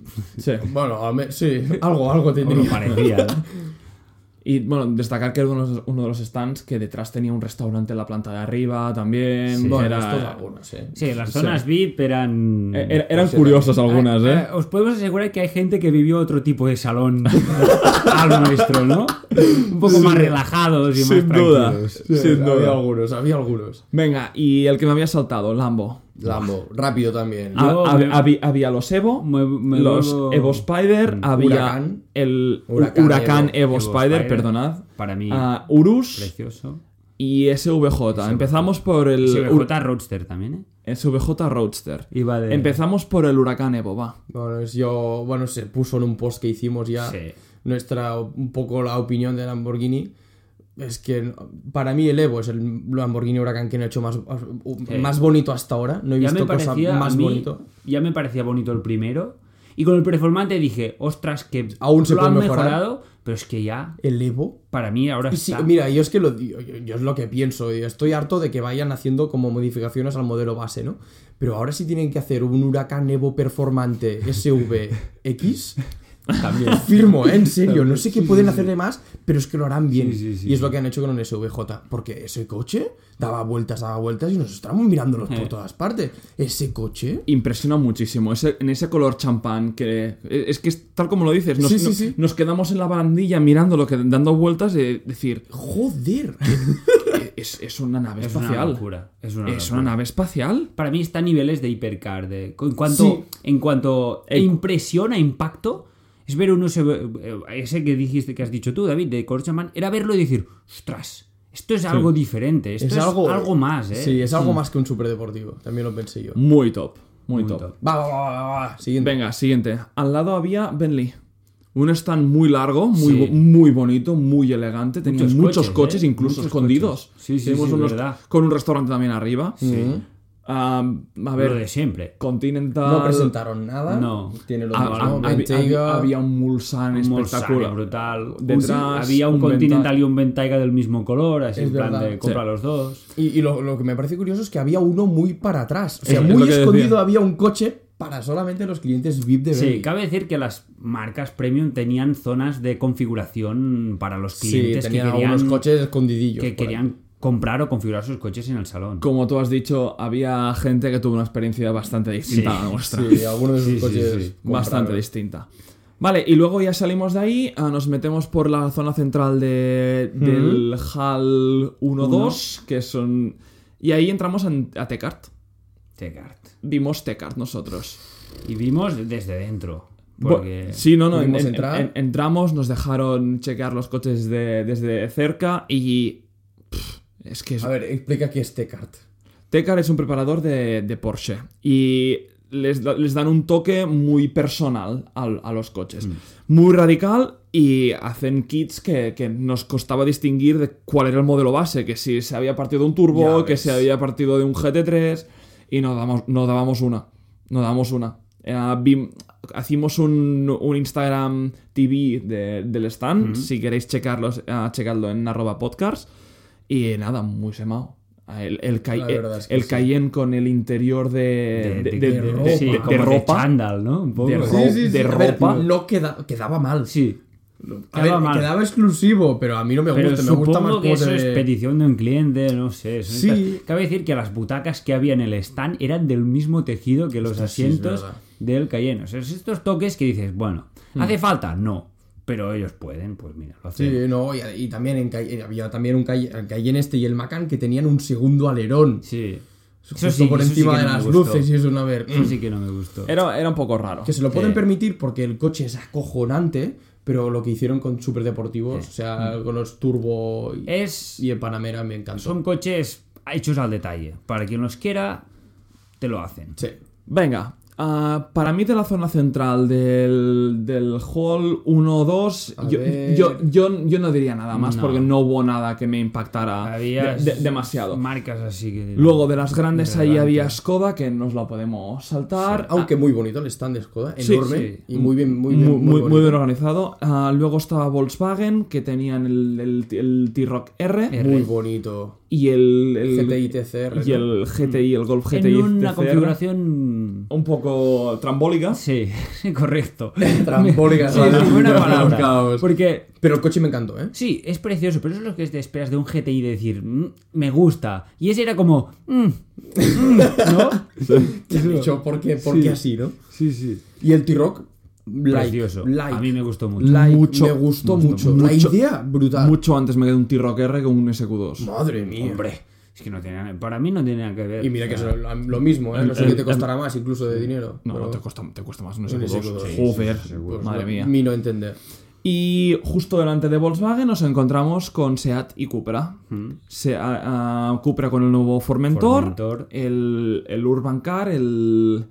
Speaker 2: Bueno, a ver, sí, algo, algo
Speaker 3: Como
Speaker 2: tendría.
Speaker 3: parecía. ¿no?
Speaker 1: Y bueno, destacar que era uno de, los, uno de los stands que detrás tenía un restaurante en la planta de arriba también.
Speaker 3: Sí.
Speaker 2: Bueno, estos
Speaker 1: era,
Speaker 2: algunos, eh.
Speaker 3: Sí, las zonas VIP eran.
Speaker 1: eh, era- eran
Speaker 2: Sí,
Speaker 1: curiosas
Speaker 3: Ah,
Speaker 1: algunas,
Speaker 3: eh,
Speaker 1: ¿eh?
Speaker 3: Os podemos asegurar que hay gente que vivió otro tipo de salón al nuestro, ¿no? Un poco más relajados y
Speaker 1: Sin
Speaker 3: más
Speaker 1: duda.
Speaker 3: tranquilos.
Speaker 2: Sí,
Speaker 1: Sin
Speaker 2: había
Speaker 1: duda.
Speaker 2: algunos, había algunos.
Speaker 1: Venga, y el que me había saltado, Lambo.
Speaker 2: Lambo, rápido también.
Speaker 1: Ha-
Speaker 3: Yo
Speaker 1: hab-
Speaker 3: me-
Speaker 1: habi- había los Evo,
Speaker 3: Me- me
Speaker 1: los
Speaker 3: vuelvo-
Speaker 1: Evo Spider, había
Speaker 2: Huracán.
Speaker 1: el hu-
Speaker 2: Huracán
Speaker 1: Huracán, Evo,
Speaker 2: Evo.
Speaker 3: Evo
Speaker 1: Spider,
Speaker 3: Spider.
Speaker 1: perdonad,
Speaker 3: Para mí,
Speaker 1: ah, Urus
Speaker 3: precioso.
Speaker 1: y SVJ. Empezamos por el
Speaker 3: Sí,
Speaker 1: Ur-
Speaker 3: J. Eh. Roadster también, ¿eh?
Speaker 1: SVJ Roadster.
Speaker 3: Iba de-
Speaker 1: Empezamos por el Huracán Evo, va.
Speaker 2: Bueno, es yo, bueno, se puso en un post que hicimos ya
Speaker 3: Sí.
Speaker 2: nuestra un poco la opinión de Lamborghini. Es que para mí el Evo es el Lamborghini Huracán que no ha hecho más, más bonito hasta ahora. No he
Speaker 3: Ya me
Speaker 2: visto cosa
Speaker 3: parecía a
Speaker 2: más
Speaker 3: mí-
Speaker 2: bonito.
Speaker 3: Ya me parecía bonito el primero. Y con el performante dije, ostras, que
Speaker 2: Aún se
Speaker 3: lo
Speaker 2: puede
Speaker 3: han
Speaker 2: mejorar.
Speaker 3: mejorado, pero es que ya,
Speaker 2: El Evo
Speaker 3: para mí, ahora
Speaker 2: Y Pues sí,
Speaker 3: está.
Speaker 2: mira, yo es que lo, yo, yo- yo es lo que pienso. Yo estoy harto de que vayan haciendo como modificaciones al modelo base, ¿no? Pero ahora sí tienen que hacer un Huracán Evo Performante SVX. También. Firmo, ¿eh? en serio. No sé qué pueden hacerle más, pero es que lo harán bien.
Speaker 3: sí, sí,
Speaker 2: y es lo que han hecho con un SVJ. Porque ese coche daba vueltas, daba vueltas y nos estábamos mirándolos
Speaker 3: Eh.
Speaker 2: por todas partes. Ese coche.
Speaker 1: Impresiona muchísimo ese- en ese color champán que eh, es que es tal como lo dices, nos,
Speaker 2: Sí, sí,
Speaker 1: no-
Speaker 2: sí.
Speaker 1: nos quedamos en la barandilla mirando lo que dando vueltas de decir, "E,
Speaker 2: Joder.
Speaker 1: es, es una nave
Speaker 3: es una
Speaker 1: espacial.
Speaker 3: locura. Es una,
Speaker 1: es
Speaker 3: locura.
Speaker 1: una nave espacial.
Speaker 3: Para mí está a niveles de hipercar. de- en cuanto,
Speaker 2: Sí.
Speaker 3: en cuanto
Speaker 1: El-
Speaker 3: impresión a impacto, es ver uno ese, ese que dijiste que has dicho tú, David, de Corchaman, era verlo y decir, ostras, esto es algo diferente, esto es, algo, más, ¿eh? Mm.
Speaker 2: Sí, es algo más que un superdeportivo. También lo pensé yo.
Speaker 1: Muy top, muy,
Speaker 3: Muy
Speaker 1: top.
Speaker 3: top.
Speaker 2: Va, va, va, va, va. Siguiente.
Speaker 1: Venga, siguiente. Al lado había Bentley. Un stand muy largo, muy,
Speaker 3: Sí.
Speaker 1: bo- muy bonito, muy elegante. Tenía
Speaker 3: Muchos
Speaker 1: muchos,
Speaker 3: coches,
Speaker 1: coches,
Speaker 3: ¿eh?
Speaker 1: incluso
Speaker 3: Muchos
Speaker 1: escondidos.
Speaker 3: coches. Sí, sí,
Speaker 1: Tenemos
Speaker 3: sí,
Speaker 1: unos-
Speaker 3: verdad.
Speaker 1: con un restaurante también arriba. Am, a
Speaker 3: Lo
Speaker 1: ver,
Speaker 3: de siempre.
Speaker 1: Continental.
Speaker 2: No presentaron nada.
Speaker 3: No.
Speaker 2: Tiene lo
Speaker 1: Ah,
Speaker 2: mismo.
Speaker 1: ah,
Speaker 2: ¿no?
Speaker 1: hab-
Speaker 2: Bentayga.
Speaker 1: hab- había un Mulsan
Speaker 3: Un Mulsanne
Speaker 1: espectacular.
Speaker 3: brutal.
Speaker 1: Detrás,
Speaker 3: había un,
Speaker 1: un
Speaker 3: Continental
Speaker 1: Ventaiga.
Speaker 3: y un Ventaiga del mismo color, así
Speaker 2: Es
Speaker 3: en plan
Speaker 2: verdad.
Speaker 3: de compra
Speaker 1: Sí.
Speaker 3: los dos.
Speaker 2: Y, y lo, lo que me parece curioso es que había uno muy para atrás. O sea,
Speaker 1: Es- es
Speaker 2: muy
Speaker 1: lo que
Speaker 2: escondido
Speaker 1: decía.
Speaker 2: había un coche para solamente los clientes VIP de
Speaker 3: Sí,
Speaker 2: Bentley.
Speaker 3: cabe decir que las marcas premium tenían zonas de configuración para los
Speaker 2: Sí,
Speaker 3: clientes que
Speaker 2: tenían algunos
Speaker 3: querían,
Speaker 2: coches escondidillos.
Speaker 3: que
Speaker 2: por ahí.
Speaker 3: querían comprar o configurar sus coches en el salón.
Speaker 1: Como tú has dicho, había gente que tuvo una experiencia bastante distinta a la nuestra.
Speaker 2: Sí, algunos de sus
Speaker 3: Sí, sí,
Speaker 2: coches.
Speaker 3: sí.
Speaker 1: bastante
Speaker 2: compraron.
Speaker 1: distinta. Vale, y luego ya salimos de ahí, ah, nos metemos por la zona central de, del HAL 1-2, que son... Y ahí entramos en- a Tecart.
Speaker 3: Tecart.
Speaker 1: Vimos Tecart nosotros.
Speaker 3: Y vimos desde dentro.
Speaker 1: Bu-
Speaker 3: Porque
Speaker 1: sí, no, no, en-
Speaker 2: pudimos
Speaker 1: en-
Speaker 2: entrar.
Speaker 1: en- entramos, nos dejaron chequear los coches de- desde cerca y... pff, es que es,
Speaker 2: A ver, explica qué es Tecart.
Speaker 1: Tecar es un preparador de, de Porsche y les, da- les dan un toque muy personal al- a, los coches.
Speaker 2: Mm.
Speaker 1: Muy radical y hacen kits que, que nos costaba distinguir de cuál era el modelo base, que si se había partido de un turbo,
Speaker 2: Ya
Speaker 1: que
Speaker 2: ves.
Speaker 1: se había partido de un GT3 y nos damos, nos dábamos una. Nos dábamos una. Eh, vi- hacimos un, un Instagram TV de- del stand,
Speaker 2: Mm-hmm.
Speaker 1: si queréis checarlos, eh, checadlo en arroba podcast. Y nada, muy semao. El, el, Cay-
Speaker 2: La verdad es que
Speaker 1: eh, el
Speaker 2: sí.
Speaker 1: Cayenne con el interior de, de, de- de-
Speaker 2: ropa.
Speaker 3: sí,
Speaker 1: de- de
Speaker 3: como de
Speaker 1: ropa.
Speaker 3: chándal, ¿no? Un poco.
Speaker 2: Pues
Speaker 1: De ropa. de
Speaker 3: Sí.
Speaker 2: A ver,
Speaker 1: ropa.
Speaker 2: no queda, quedaba mal.
Speaker 3: Sí.
Speaker 2: A ver,
Speaker 3: Quedaba mal.
Speaker 2: quedaba exclusivo, pero a mí no me
Speaker 3: Pero
Speaker 2: gusta. Me
Speaker 3: supongo
Speaker 2: gusta más
Speaker 3: que
Speaker 2: cómo
Speaker 3: eso
Speaker 2: se
Speaker 3: es
Speaker 2: ve.
Speaker 3: petición de un cliente, no sé. son
Speaker 2: Sí.
Speaker 3: estas- Cabe decir que las butacas que había en el stand eran del mismo tejido que los
Speaker 2: Ostras, sí, es
Speaker 3: asientos
Speaker 2: verdad. Hmm.
Speaker 3: del Cayenne. O sea, es estos toques que dices, bueno, ¿hace falta? No. Pero ellos pueden, pues mira, lo hacen.
Speaker 2: Sí, no, y, y también en Cay- había también un Cay- el Cayenne este y el Macan que tenían un segundo alerón.
Speaker 3: Sí.
Speaker 2: justo por
Speaker 3: eso sí
Speaker 2: encima
Speaker 3: que
Speaker 2: de
Speaker 3: no me
Speaker 2: las
Speaker 3: gustó. Mm.
Speaker 2: luces y es una ver.
Speaker 3: Eso sí que no me gustó.
Speaker 1: Era, era un poco raro.
Speaker 2: Que se lo pueden permitir porque el coche es acojonante, pero lo que hicieron con superdeportivos, o sea, con los turbo y,
Speaker 3: Mm. Es,
Speaker 2: y el Panamera me encantó.
Speaker 3: son coches hechos al detalle. Para quien los quiera, te lo hacen.
Speaker 2: Sí.
Speaker 1: Venga, ah, para mí de la zona central del, del hall 1-2,
Speaker 2: A
Speaker 1: yo,
Speaker 2: ver.
Speaker 1: yo, yo, yo no diría nada más porque no hubo nada que me impactara
Speaker 3: Había
Speaker 1: de- de- demasiado.
Speaker 3: marcas así que...
Speaker 1: Luego de las grandes ahí
Speaker 3: Relevante.
Speaker 1: había Skoda, que nos la podemos saltar.
Speaker 2: Aunque muy bonito el stand de Skoda,
Speaker 1: Sí,
Speaker 2: enorme
Speaker 3: Ah. sí.
Speaker 2: y muy bien, muy
Speaker 1: muy,
Speaker 2: bien,
Speaker 1: muy, muy
Speaker 2: bonito.
Speaker 1: bien organizado. Ah, luego estaba Volkswagen, que tenían el, el- el T-Rock R,
Speaker 2: Muy bonito.
Speaker 1: y el, el-
Speaker 2: GTI TCR.
Speaker 1: y el GTI, el Golf GTI.
Speaker 3: en una
Speaker 1: TCR,
Speaker 3: configuración...
Speaker 1: un poco trambólica.
Speaker 3: Sí, correcto.
Speaker 2: Trambólicas,
Speaker 3: Sí,
Speaker 2: ¿vale?
Speaker 3: buena
Speaker 2: Los
Speaker 3: palabra.
Speaker 2: caos.
Speaker 3: Porque
Speaker 2: Pero el coche me encantó, ¿eh?
Speaker 3: Sí, es precioso, pero eso es lo que te esperas de un GTI de decir, "Mm, me gusta. Y ese era como, "Mm, mm", ¿no?
Speaker 2: Te han dicho, ¿por qué, por qué así, no?
Speaker 1: Sí, sí.
Speaker 2: Y el T-Rock, like,
Speaker 3: Precioso.
Speaker 2: like,
Speaker 3: A mí me gustó mucho.
Speaker 2: like,
Speaker 1: Mucho,
Speaker 2: me gustó mucho.
Speaker 1: mucho.
Speaker 2: La idea, brutal.
Speaker 1: Mucho antes me quedé un T-Rock R que un SQ2.
Speaker 2: Madre mía.
Speaker 3: Hombre, es que no tiene nada- para mí no tiene nada que ver.
Speaker 2: Y mira que es lo, lo mismo, ¿eh? No sé
Speaker 1: El-
Speaker 2: qué te
Speaker 1: el-
Speaker 2: costará más, incluso de dinero.
Speaker 1: No,
Speaker 2: pero,
Speaker 1: te, cuesta, te cuesta más un
Speaker 2: Un
Speaker 1: SQ2.
Speaker 2: SQ2, sí,
Speaker 1: Joder,
Speaker 2: pues,
Speaker 1: madre
Speaker 2: no-
Speaker 1: mía.
Speaker 2: Mi no entender.
Speaker 1: Y justo delante de Volkswagen nos encontramos con Seat y Cupra.
Speaker 3: Hmm.
Speaker 1: Se- a- a- Cupra con el nuevo Formentor,
Speaker 3: Formentor.
Speaker 1: El, el Urban Car, el...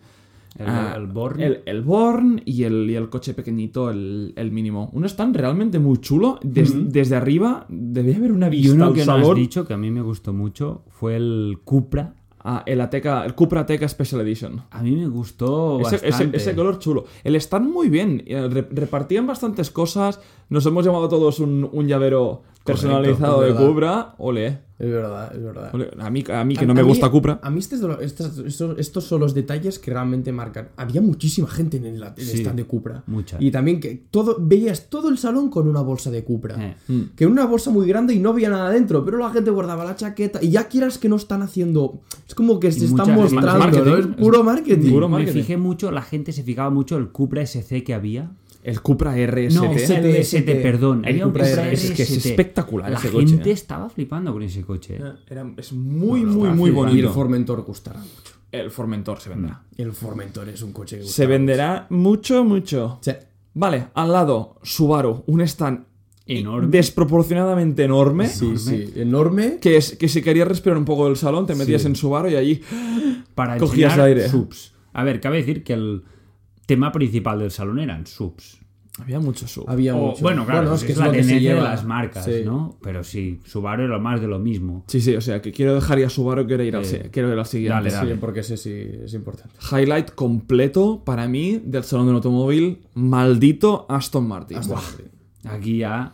Speaker 3: El-
Speaker 1: ah,
Speaker 3: el Born.
Speaker 1: el, el Born y el, y el coche pequeñito, el, el mínimo. Un stand realmente muy chulo. Des- Desde arriba debía haber una
Speaker 3: Hmm. Y
Speaker 1: vista
Speaker 3: uno
Speaker 1: al
Speaker 3: que no
Speaker 1: salón.
Speaker 3: has dicho que a mí me gustó mucho fue el Cupra.
Speaker 1: Ah, el, Ateca, el Cupra Ateca Special Edition.
Speaker 3: A mí me gustó
Speaker 1: Ese, ese-
Speaker 3: bastante.
Speaker 1: ese color chulo. El stand muy bien. eh, re- repartían bastantes cosas. Nos hemos llevado todos un, un llavero personalizado
Speaker 2: es
Speaker 1: de
Speaker 2: verdad.
Speaker 1: Cupra. Ole,
Speaker 2: Es verdad, es verdad.
Speaker 1: ole. A mí, a mí que
Speaker 2: A-
Speaker 1: no me
Speaker 2: a mí-
Speaker 1: gusta Cupra.
Speaker 2: A mí estos, de lo- estas- estos, estos son los detalles que realmente marcan. Había muchísima gente en el, en el
Speaker 3: Sí,
Speaker 2: stand de Cupra.
Speaker 3: mucha.
Speaker 2: Y también que todo, veías todo el salón con una bolsa de Cupra.
Speaker 3: Eh.
Speaker 1: mm.
Speaker 2: Que era una bolsa muy grande y no había nada dentro, pero la gente guardaba la chaqueta y ya quieras que no están haciendo... Es como que se
Speaker 3: Y
Speaker 2: están
Speaker 3: mucha-
Speaker 2: mostrando,
Speaker 1: marketing.
Speaker 2: ¿no? Es puro marketing.
Speaker 1: Puro
Speaker 3: me
Speaker 1: marketing.
Speaker 3: fijé mucho, la gente se fijaba mucho el Cupra SC que había.
Speaker 1: El Cupra RST.
Speaker 3: No, el
Speaker 2: ST,
Speaker 3: ST, perdón.
Speaker 2: el
Speaker 3: Había un
Speaker 2: Cupra
Speaker 3: Cupra
Speaker 1: RST. Es que es
Speaker 3: ST.
Speaker 1: espectacular
Speaker 3: La
Speaker 1: ese coche,
Speaker 3: gente
Speaker 1: eh.
Speaker 3: estaba flipando con ese coche. eh.
Speaker 1: Era- es muy, muy,
Speaker 3: está
Speaker 1: muy
Speaker 2: Y
Speaker 3: flipando.
Speaker 2: el
Speaker 1: bonito.
Speaker 2: Formentor gustará mucho.
Speaker 1: El Formentor se vendrá.
Speaker 2: El Formentor es un coche que
Speaker 1: Se
Speaker 2: gustará.
Speaker 1: venderá mucho, mucho.
Speaker 2: Sí.
Speaker 1: Vale, al lado, Subaru. Un stand
Speaker 3: Enorme.
Speaker 1: desproporcionadamente enorme.
Speaker 2: Sí, sí, enorme.
Speaker 1: Que, es, que si querías respirar un poco del salón, te metías en Subaru y allí...
Speaker 3: para
Speaker 1: Cogías
Speaker 3: enseñar
Speaker 1: aire.
Speaker 3: subs. A ver, cabe decir que el tema principal del salón eran subs.
Speaker 1: Había mucho sub.
Speaker 2: Había
Speaker 3: O-
Speaker 2: mucho.
Speaker 3: bueno, claro, es,
Speaker 2: que
Speaker 3: la
Speaker 2: lo que se
Speaker 3: tendencia de
Speaker 2: lleva.
Speaker 3: las marcas,
Speaker 2: Sí.
Speaker 3: ¿no? Pero sí, Subaru era más de lo mismo.
Speaker 1: Sí, sí, o sea, que quiero dejar ya Subaru, quiero ir al,
Speaker 3: Eh,
Speaker 1: si- quiero ir al siguiente.
Speaker 3: dale,
Speaker 2: Sí,
Speaker 3: dale.
Speaker 2: porque sí, sí, es importante.
Speaker 1: Highlight completo para mí del salón del automóvil, maldito Aston Martin. Buah.
Speaker 3: Aquí ya.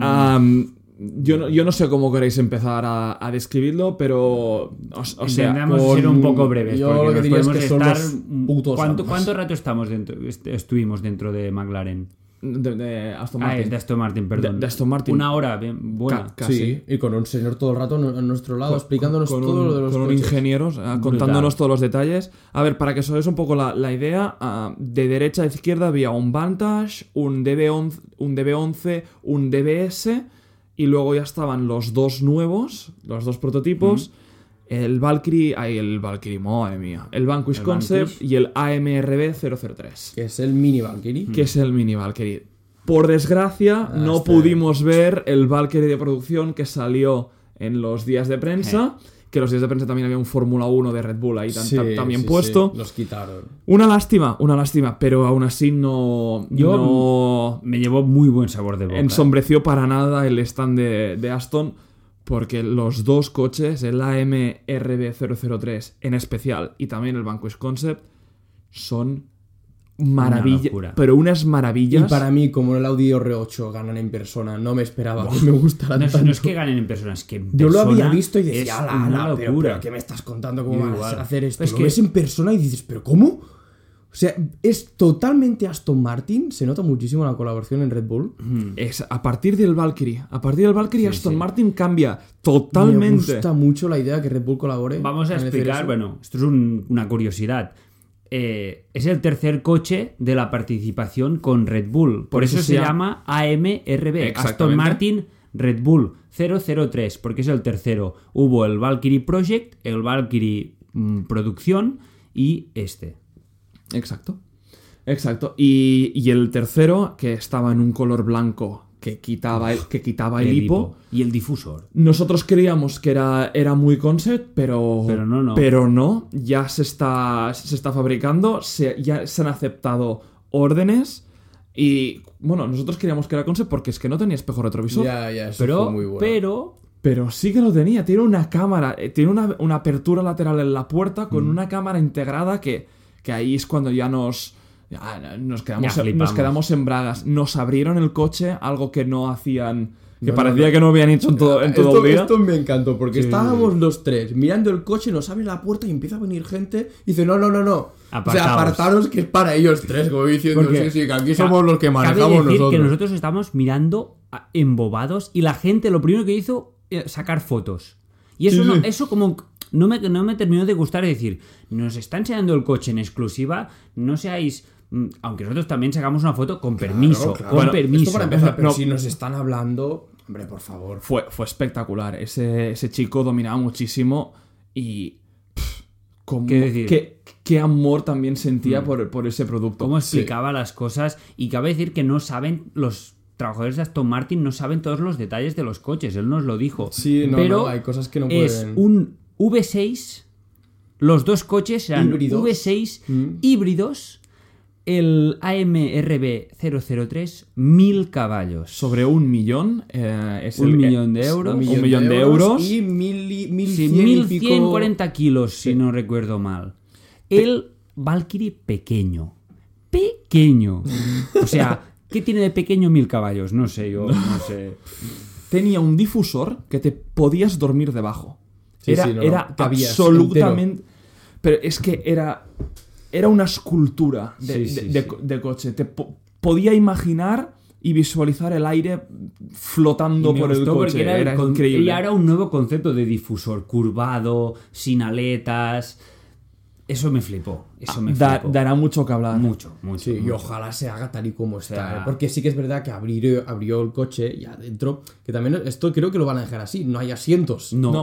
Speaker 1: Am, yo, no, yo no sé cómo queréis empezar a, a describirlo, pero. O, o sea,
Speaker 3: Intentamos
Speaker 1: con-
Speaker 3: ser un poco breves.
Speaker 2: yo
Speaker 3: porque
Speaker 2: lo que
Speaker 3: nos
Speaker 2: diría es
Speaker 3: podemos
Speaker 2: que son
Speaker 3: estar-
Speaker 2: los putos
Speaker 3: ¿Cuánto,
Speaker 2: amos.
Speaker 3: cuánto rato estamos dentro, est- estuvimos dentro de McLaren?
Speaker 1: de, de Aston
Speaker 3: Ah, es
Speaker 1: Martin.
Speaker 3: de Aston Martin, perdón.
Speaker 1: De- de Aston Martin.
Speaker 3: Una hora, bien, buena.
Speaker 1: Ca- casi.
Speaker 2: Sí, y con un señor todo el rato a nuestro lado explicándonos
Speaker 1: con
Speaker 2: todo
Speaker 1: un,
Speaker 2: lo de los
Speaker 1: con un
Speaker 2: coches.
Speaker 1: ingeniero ah, contándonos todos los detalles. A ver, para que os hagáis un poco la, la idea, ah, de derecha a izquierda había un Vantage, un, DB11, un DB11, un DBS, y luego ya estaban los dos nuevos, los dos prototipos. El Valkyrie, ay, el Valkyrie, madre mía. El Vanquish
Speaker 3: El
Speaker 1: Concept
Speaker 3: Vanquish.
Speaker 1: y el AMRB 003,
Speaker 2: Que es el mini
Speaker 3: Mm.
Speaker 2: Valkyrie.
Speaker 1: que es el mini Valkyrie. Por desgracia, no
Speaker 2: Mm. este-
Speaker 1: pudimos ver el Valkyrie de producción que salió en los días de prensa. Que los días de prensa también había un Fórmula 1 de Red Bull ahí tan-
Speaker 2: Sí,
Speaker 1: tan- también
Speaker 2: sí,
Speaker 1: puesto.
Speaker 2: sí, los quitaron.
Speaker 1: Una lástima, una lástima, pero aún así no,
Speaker 3: Yo-
Speaker 1: no
Speaker 3: Me llevó muy buen sabor de boca.
Speaker 1: ensombreció para nada el stand de, de Aston. Porque los dos coches, el AMRB003 en especial y también el Vanquish Concept, son maravillas.
Speaker 3: locura.
Speaker 1: pero unas
Speaker 2: Y
Speaker 1: maravillas.
Speaker 2: para mí, como el Audi R8 ganan en persona, no me esperaba que me gustara
Speaker 3: No es,
Speaker 2: tanto.
Speaker 3: no es que ganen en personas, que en
Speaker 2: Yo lo había
Speaker 3: persona
Speaker 2: visto y
Speaker 3: es
Speaker 2: decía, ala,
Speaker 3: una
Speaker 2: ala, pero-
Speaker 3: locura.
Speaker 2: pero ¿qué me estás contando? ¿Cómo
Speaker 3: Yo
Speaker 2: vas
Speaker 3: igual.
Speaker 2: a hacer esto?
Speaker 3: Es
Speaker 2: lo
Speaker 3: que-
Speaker 2: ves en persona y dices, ¿pero cómo? O sea, es totalmente Aston Martin. Se nota muchísimo la colaboración en Red Bull.
Speaker 3: Mm.
Speaker 1: Es a partir del Valkyrie. A partir del Valkyrie, Aston Martin cambia totalmente.
Speaker 2: Me gusta mucho la idea que Red Bull colabore.
Speaker 3: Vamos a
Speaker 2: en el
Speaker 3: explicar,
Speaker 2: CRS.
Speaker 3: bueno, esto es un- una curiosidad. eh, es el tercer coche de la participación con Red Bull. Por, eso, se llama AMRB, Aston
Speaker 1: Exactamente.
Speaker 3: Martin Red Bull 003, porque es el tercero. Hubo el Valkyrie Project, el Valkyrie mm, Producción y este.
Speaker 1: Exacto. Exacto. Y, y el tercero, que estaba en un color blanco que quitaba el, que quitaba el,
Speaker 3: El
Speaker 1: hipo.
Speaker 3: hipo Y el difusor.
Speaker 1: Nosotros creíamos que era, era muy concept, pero.
Speaker 3: Pero no, no.
Speaker 1: pero no, ya se está, se está fabricando, se, ya se han aceptado órdenes. Y bueno, nosotros creíamos que era concept porque es que no tenía espejo retrovisor.
Speaker 2: Ya, ya, eso
Speaker 3: Pero,
Speaker 2: fue muy bueno.
Speaker 3: pero
Speaker 1: Pero sí que lo tenía. Tiene una cámara, eh, tiene una, una apertura lateral en la puerta
Speaker 2: Mm.
Speaker 1: con una cámara integrada que, que ahí es cuando ya nos. ya nos, quedamos,
Speaker 3: Ya
Speaker 1: nos
Speaker 3: flipamos.
Speaker 1: quedamos en bragas. Nos abrieron el coche, algo que no hacían. Que
Speaker 2: no,
Speaker 1: parecía que no habían hecho en todo, en todo
Speaker 2: esto,
Speaker 1: el día.
Speaker 2: esto me encantó, porque
Speaker 1: Sí.
Speaker 2: estábamos los tres mirando el coche, nos abre la puerta y empieza a venir gente y dice, no, no, no, no. O
Speaker 3: Apartaos.
Speaker 2: sea, apartaros que es para ellos tres, como diciendo,
Speaker 3: Porque
Speaker 2: sí, sí, que aquí
Speaker 3: ca-
Speaker 2: somos los que
Speaker 3: cabe
Speaker 2: manejamos
Speaker 3: decir
Speaker 2: nosotros.
Speaker 3: que nosotros estamos mirando a- embobados y la gente lo primero que hizo eh, sacar fotos. Y eso no, eso como no me, no me terminó de gustar, es decir, nos está enseñando el coche en exclusiva, no seáis mm, aunque nosotros también sacamos una foto con permiso,
Speaker 2: claro.
Speaker 3: con
Speaker 2: Bueno,
Speaker 3: permiso.
Speaker 2: Esto para empezar, pero
Speaker 1: No.
Speaker 2: si nos están hablando, hombre, por favor.
Speaker 1: Fue, fue espectacular. Ese, ese chico dominaba muchísimo y. pff, cómo-
Speaker 3: ¿Qué decir?
Speaker 1: qué- qué amor también sentía
Speaker 2: Mm.
Speaker 1: por, por ese producto.
Speaker 3: cómo explicaba las cosas y cabe decir que no saben los trabajadores de Aston Martin no saben todos los detalles de los coches, él nos lo dijo.
Speaker 2: Sí, no,
Speaker 3: pero
Speaker 2: no, hay cosas que no
Speaker 3: es
Speaker 2: pueden-
Speaker 3: un V6 los dos coches eran
Speaker 2: Híbridos. Mm.
Speaker 3: V6 híbridos el AMRB 003 1000 caballos.
Speaker 1: Sobre un millón. eh, es
Speaker 3: Un
Speaker 1: el-
Speaker 3: millón de
Speaker 1: es
Speaker 3: euros.
Speaker 1: Un millón, de euros.
Speaker 2: y mil, y- mil
Speaker 3: Sí,
Speaker 2: cien y pico-
Speaker 3: 1140 kilos, si no recuerdo mal. El Valkyrie pequeño. Pequeño. O sea, ¿qué tiene de pequeño mil caballos? No sé, yo no sé.
Speaker 1: tenía un difusor que te podías dormir debajo.
Speaker 2: Sí,
Speaker 1: era
Speaker 2: sí, no, no,
Speaker 1: era
Speaker 2: cabías
Speaker 1: absolutamente. Pero es que era. Era una escultura de,
Speaker 3: Sí, sí,
Speaker 1: de- de
Speaker 3: sí.
Speaker 1: co- de coche. Te po- podía imaginar y visualizar el aire flotando
Speaker 3: Me
Speaker 1: por el
Speaker 3: gustó porque
Speaker 1: coche.
Speaker 3: era,
Speaker 1: Era,
Speaker 3: el con-
Speaker 1: increíble.
Speaker 3: y ahora un nuevo concepto de difusor curvado, sin aletas. Eso me flipó. Eso me
Speaker 1: Da-
Speaker 3: flipó.
Speaker 1: dará mucho que hablar.
Speaker 3: Mucho, mucho.
Speaker 2: Sí, y
Speaker 3: mucho.
Speaker 2: ojalá se haga tal y como está.
Speaker 3: sea,
Speaker 2: ¿eh? Porque sí que es verdad que abrió, abrió el coche y adentro, que también esto creo que lo van a dejar así, no hay asientos.
Speaker 3: No.
Speaker 1: No.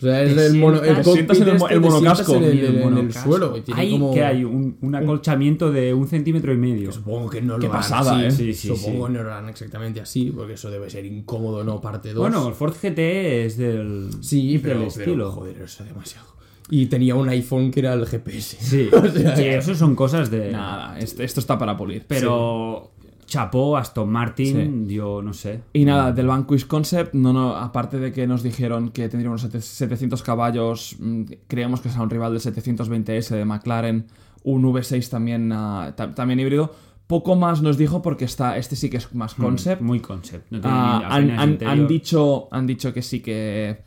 Speaker 2: O sea, es
Speaker 3: Te
Speaker 2: el, mono, el
Speaker 3: sientas-
Speaker 2: cockpit
Speaker 1: te sientas en el mo-
Speaker 2: este,
Speaker 1: el
Speaker 2: te sientas
Speaker 1: monocasco.
Speaker 2: en el,
Speaker 1: Y
Speaker 2: en el
Speaker 3: monocasco.
Speaker 2: suelo. Y tiene
Speaker 3: Ahí
Speaker 2: como...
Speaker 3: que hay un, un acolchamiento de un centímetro y medio.
Speaker 2: Supongo que no lo harán
Speaker 1: pasada,
Speaker 2: así.
Speaker 1: ¿eh?
Speaker 3: Sí, sí,
Speaker 2: Supongo
Speaker 3: sí.
Speaker 2: que no lo harán exactamente así, porque eso debe ser incómodo, ¿no? Parte 2.
Speaker 3: Bueno, el Ford GT es del,
Speaker 2: sí,
Speaker 3: del
Speaker 2: pero, pero,
Speaker 3: estilo.
Speaker 2: joder, eso es demasiado. Y tenía un iPhone que era el GPS.
Speaker 3: Sí,
Speaker 2: O sea,
Speaker 3: sí, eso son cosas de.
Speaker 1: Nada, este- esto está para pulir.
Speaker 3: Pero chapó Aston Martin, yo no sé.
Speaker 1: Y nada, del Vanquish Concept, no, no, aparte de que nos dijeron que tendría unos sete- 700 caballos, mm, creíamos que será un rival del 720S de McLaren, un V6 también, ah, ta- también híbrido, poco más nos dijo porque está, este sí que es más concept.
Speaker 3: Muy concept. no tiene
Speaker 1: Ah,
Speaker 3: ni
Speaker 1: han,
Speaker 3: apenas
Speaker 1: han-
Speaker 3: interior.
Speaker 1: han dicho, han dicho que sí que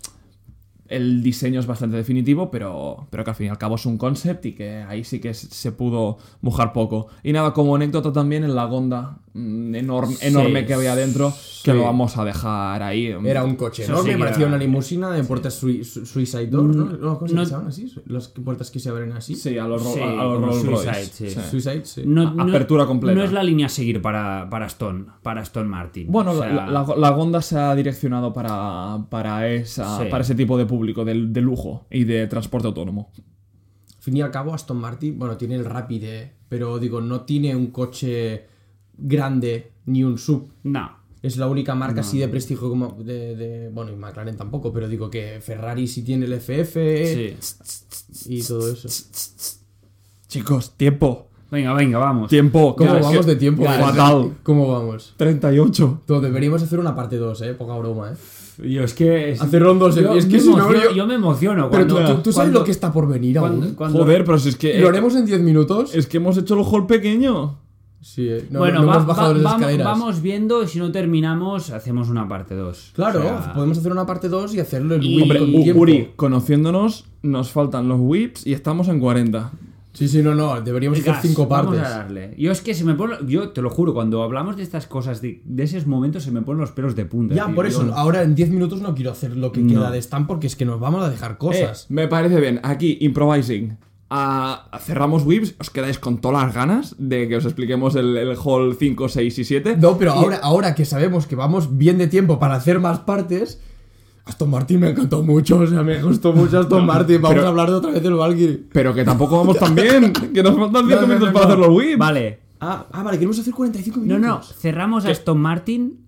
Speaker 1: el diseño es bastante definitivo, pero, pero que al fin y al cabo es un concept y que ahí sí que se- se pudo mojar poco. Y nada, como anécdota también en la gonda mm, enorm- enorme que había dentro, que lo vamos a dejar ahí.
Speaker 2: Era un coche,
Speaker 3: Eso
Speaker 2: ¿no?
Speaker 3: sí
Speaker 2: Me
Speaker 3: que
Speaker 2: parecía
Speaker 3: era-
Speaker 2: una limusina de puertas sui- su- Suicide Door, ¿no? ¿No? ¿Cómo se
Speaker 3: no-
Speaker 2: llaman así? Las que- puertas que se abren así.
Speaker 1: Sí, a los, ro-
Speaker 3: Sí,
Speaker 1: a- a los
Speaker 3: como
Speaker 1: Rolls
Speaker 3: Suicide,
Speaker 1: Royce.
Speaker 3: sí.
Speaker 1: Sí.
Speaker 2: Suicide, sí.
Speaker 3: No-
Speaker 1: a-
Speaker 3: no-
Speaker 1: apertura completa.
Speaker 3: No es la línea a seguir para, para Aston, para Aston Martin.
Speaker 1: Bueno,
Speaker 3: O sea,
Speaker 1: la, la- la Gonda se ha direccionado para, para, esa,
Speaker 3: Sí.
Speaker 1: para ese tipo de público, del- de lujo y de transporte autónomo.
Speaker 2: Al fin y al cabo, Aston Martin, bueno, tiene el Rapide, ¿eh? pero digo, no tiene un coche grande ni un sub.
Speaker 3: No.
Speaker 2: Es la única marca así de prestigio como de, de- Bueno, y McLaren tampoco, pero digo que Ferrari sí tiene el FF
Speaker 3: Sí.
Speaker 2: y todo eso.
Speaker 1: Chicos, tiempo.
Speaker 3: Venga, venga, vamos.
Speaker 1: Tiempo.
Speaker 2: ¿Cómo
Speaker 1: que-
Speaker 2: vamos
Speaker 1: que-
Speaker 2: de tiempo?
Speaker 1: que- Fatal.
Speaker 2: ¿Cómo vamos?
Speaker 1: 38.
Speaker 2: Todo, deberíamos hacer una parte 2, ¿eh? Poca broma, ¿eh?
Speaker 3: Yo es que. es-
Speaker 2: Hacer rondos,
Speaker 3: yo,
Speaker 2: es que
Speaker 3: me
Speaker 2: si no,
Speaker 3: emociono-
Speaker 2: yo-
Speaker 3: yo me emociono.
Speaker 2: Pero tú,
Speaker 3: cuando-
Speaker 2: tú- tú sabes
Speaker 3: cuando-
Speaker 2: lo que está por venir aún.
Speaker 3: cuando- cuando- eh,
Speaker 1: Joder, pero si es que.
Speaker 2: ¿Lo haremos en 10 minutos?
Speaker 1: Es que hemos hecho el hall pequeño.
Speaker 2: Sí, eh. no,
Speaker 3: bueno,
Speaker 2: no
Speaker 3: va-
Speaker 2: hemos bajado
Speaker 3: va-
Speaker 2: las
Speaker 3: vamos,
Speaker 2: escaleras.
Speaker 3: vamos viendo y si no terminamos, hacemos una parte 2.
Speaker 2: Claro, pues podemos hacer una parte 2 y hacerlo el
Speaker 3: Y-
Speaker 2: Wii
Speaker 1: Hombre,
Speaker 2: con
Speaker 1: U-
Speaker 2: tiempo.
Speaker 1: Uri, conociéndonos, nos faltan los whips y estamos en 40.
Speaker 2: Sí, sí, no, no, deberíamos hacer
Speaker 3: Gas,
Speaker 2: cinco
Speaker 3: vamos
Speaker 2: partes.
Speaker 3: a darle. Yo es que se me pone. Yo te lo juro, cuando hablamos de estas cosas, de, de esos momentos, se me ponen los pelos de punta.
Speaker 2: Ya,
Speaker 3: tío.
Speaker 2: por eso, Ah,
Speaker 3: Yo-
Speaker 2: ahora en 10 minutos no quiero hacer lo que queda de Stan porque es que nos vamos a dejar
Speaker 1: Eh,
Speaker 2: cosas.
Speaker 1: me parece bien. Aquí, improvising. a- a- cerramos Wibs, os quedáis con todas las ganas de que os expliquemos el, el Hall 5, 6 y
Speaker 3: Eh,
Speaker 1: 7.
Speaker 2: No, pero ahora, ahora que sabemos que vamos bien de tiempo para hacer más partes. Aston Martin me encantó mucho, o sea, me gustó mucho Aston Martin. Vamos
Speaker 1: pero-
Speaker 2: a hablar de otra vez del Valkyrie.
Speaker 1: Pero que tampoco vamos tan bien, que nos faltan 5
Speaker 2: no,
Speaker 1: minutos
Speaker 2: no,
Speaker 1: para
Speaker 2: no.
Speaker 1: hacer los Wibs.
Speaker 3: Vale.
Speaker 2: Ah, ah, vale, queremos hacer 45
Speaker 3: No,
Speaker 2: minutos.
Speaker 3: no, cerramos a Aston Martin,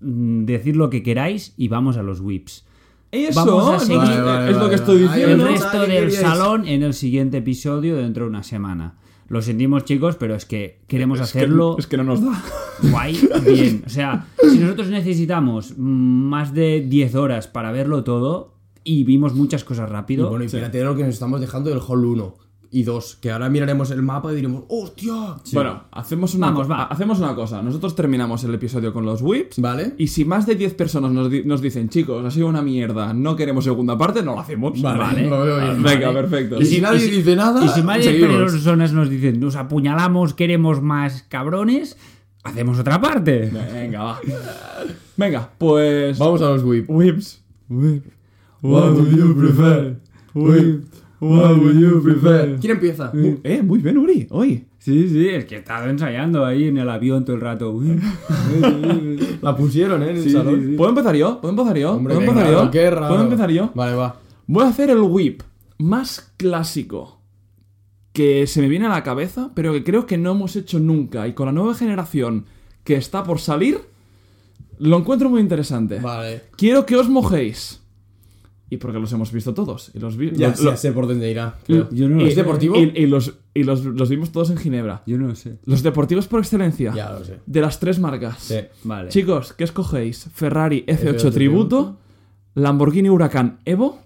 Speaker 3: mm, decir lo que queráis y vamos a los whips.
Speaker 1: Eso
Speaker 3: Vamos a
Speaker 1: no,
Speaker 3: seguir.
Speaker 1: es-
Speaker 3: Vale,
Speaker 2: vale,
Speaker 1: es lo
Speaker 2: vale,
Speaker 1: que estoy
Speaker 2: vale. Ahí
Speaker 3: El
Speaker 1: diciendo.
Speaker 2: no,
Speaker 3: resto
Speaker 2: dale, ¿qué
Speaker 3: del
Speaker 2: queréis?
Speaker 3: salón en el siguiente episodio dentro de una semana. Lo sentimos chicos, pero es que queremos
Speaker 1: Es que-
Speaker 3: hacerlo
Speaker 1: es que no nos da.
Speaker 3: guay, bien. O sea, si nosotros necesitamos mm, más de 10 horas para verlo todo y vimos muchas cosas
Speaker 2: Y
Speaker 3: rápido,
Speaker 2: bueno, y fíjate lo que nos estamos dejando del Hall 1 y 2, que ahora miraremos el mapa y diremos, ¡hostia!
Speaker 1: Bueno, hacemos una,
Speaker 3: Vamos,
Speaker 1: co-
Speaker 3: va.
Speaker 1: ha- hacemos una cosa. Nosotros terminamos el episodio con los whips.
Speaker 2: ¿Vale?
Speaker 1: Y si más de 10 personas nos, di- nos dicen, chicos, ha sido una mierda, no queremos segunda parte, no lo hacemos.
Speaker 3: Vale.
Speaker 2: lo veo bien.
Speaker 1: Venga, perfecto.
Speaker 2: Y si nadie dice nada, eh,
Speaker 3: y si más de
Speaker 2: Ah, seguimos.
Speaker 3: personas nos dicen, nos apuñalamos, queremos más cabrones, hacemos otra parte.
Speaker 1: Venga, va. Venga, pues.
Speaker 2: Vamos a los whip.
Speaker 1: Whips.
Speaker 2: What would you prefer? Whip. What would you prefer? ¿Quién empieza?
Speaker 1: Eh, muy bien, Uri, hoy.
Speaker 3: Sí, sí, es que he estado ensayando ahí en el avión todo el rato. Uy.
Speaker 2: La pusieron, ¿eh? En el salón.
Speaker 1: ¿Puedo empezar yo? ¿Puedo empezar yo?
Speaker 2: Hombre,
Speaker 1: ¿Puedo
Speaker 2: qué
Speaker 1: empezar
Speaker 2: raro,
Speaker 1: yo?
Speaker 2: qué raro.
Speaker 1: ¿Puedo empezar yo?
Speaker 2: Vale, va.
Speaker 1: Voy a hacer el whip más clásico que se me viene a la cabeza, pero que creo que no hemos hecho nunca. Y con la nueva generación que está por salir, lo encuentro muy interesante.
Speaker 2: Vale.
Speaker 1: Quiero que os mojéis. Y porque los hemos visto todos. Y los vi-
Speaker 2: Ya,
Speaker 1: los-
Speaker 2: sí, ya sé por dónde irá. creo.
Speaker 1: los-
Speaker 3: Yo no lo
Speaker 1: y-
Speaker 2: ¿Es deportivo?
Speaker 1: Y, y los, y los- los vimos todos en Ginebra.
Speaker 3: Yo no lo sé.
Speaker 1: Los deportivos por excelencia.
Speaker 2: Ya lo sé.
Speaker 1: De las tres marcas.
Speaker 2: Sí.
Speaker 3: Vale.
Speaker 1: Chicos, ¿qué escogéis? ¿Ferrari F8,
Speaker 2: F8
Speaker 1: Tributo? ¿Lamborghini Huracán Evo?